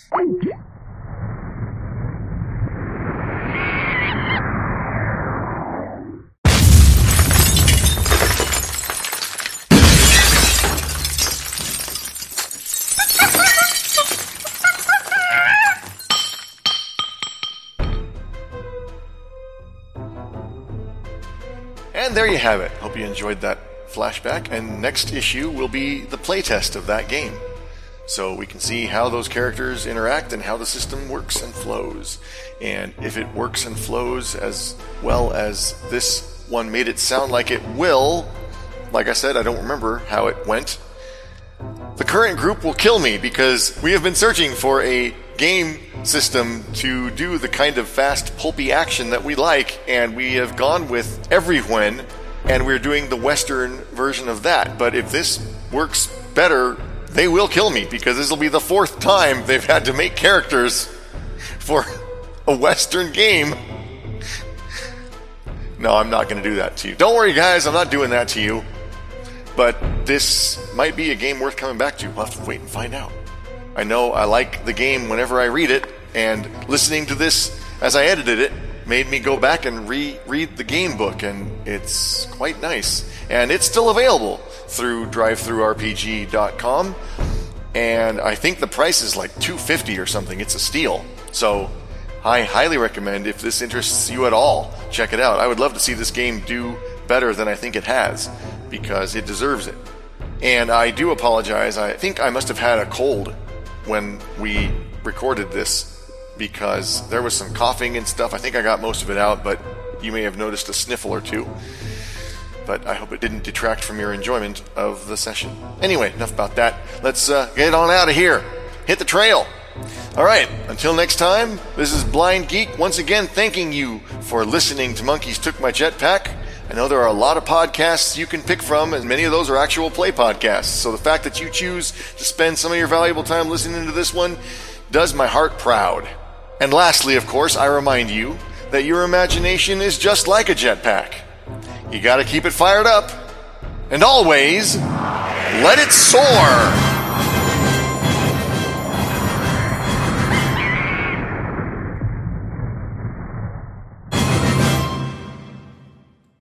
And there you have it. Hope you enjoyed that flashback. And next issue will be the playtest of that game. So we can see how those characters interact and how the system works and flows. And if it works and flows as well as this one made it sound like it will, like I said, I don't remember how it went. The current group will kill me because we have been searching for a game system to do the kind of fast, pulpy action that we like, and we have gone with Everyone, and we're doing the Western version of that. But if this works better, they will kill me because this will be the fourth time they've had to make characters for a Western game. No, I'm not going to do that to you. Don't worry, guys, I'm not doing that to you but this might be a game worth coming back to. We'll have to wait and find out. I know I like the game whenever I read it, and listening to this as I edited it made me go back and reread the game book, and it's quite nice. And it's still available through drivethroughrpg.com, and I think the price is like 250 or something. It's a steal. So I highly recommend if this interests you at all, check it out. I would love to see this game do better than I think it has because it deserves it. And I do apologize. I think I must have had a cold when we recorded this because there was some coughing and stuff. I think I got most of it out, but you may have noticed a sniffle or two. But I hope it didn't detract from your enjoyment of the session. Anyway, enough about that. Let's uh, get on out of here. Hit the trail. All right, until next time, this is Blind Geek once again thanking you for listening to Monkeys Took My Jetpack. I know there are a lot of podcasts you can pick from, and many of those are actual play podcasts. So the fact that you choose to spend some of your valuable time listening to this one does my heart proud. And lastly, of course, I remind you that your imagination is just like a jetpack. You gotta keep it fired up, and always let it soar!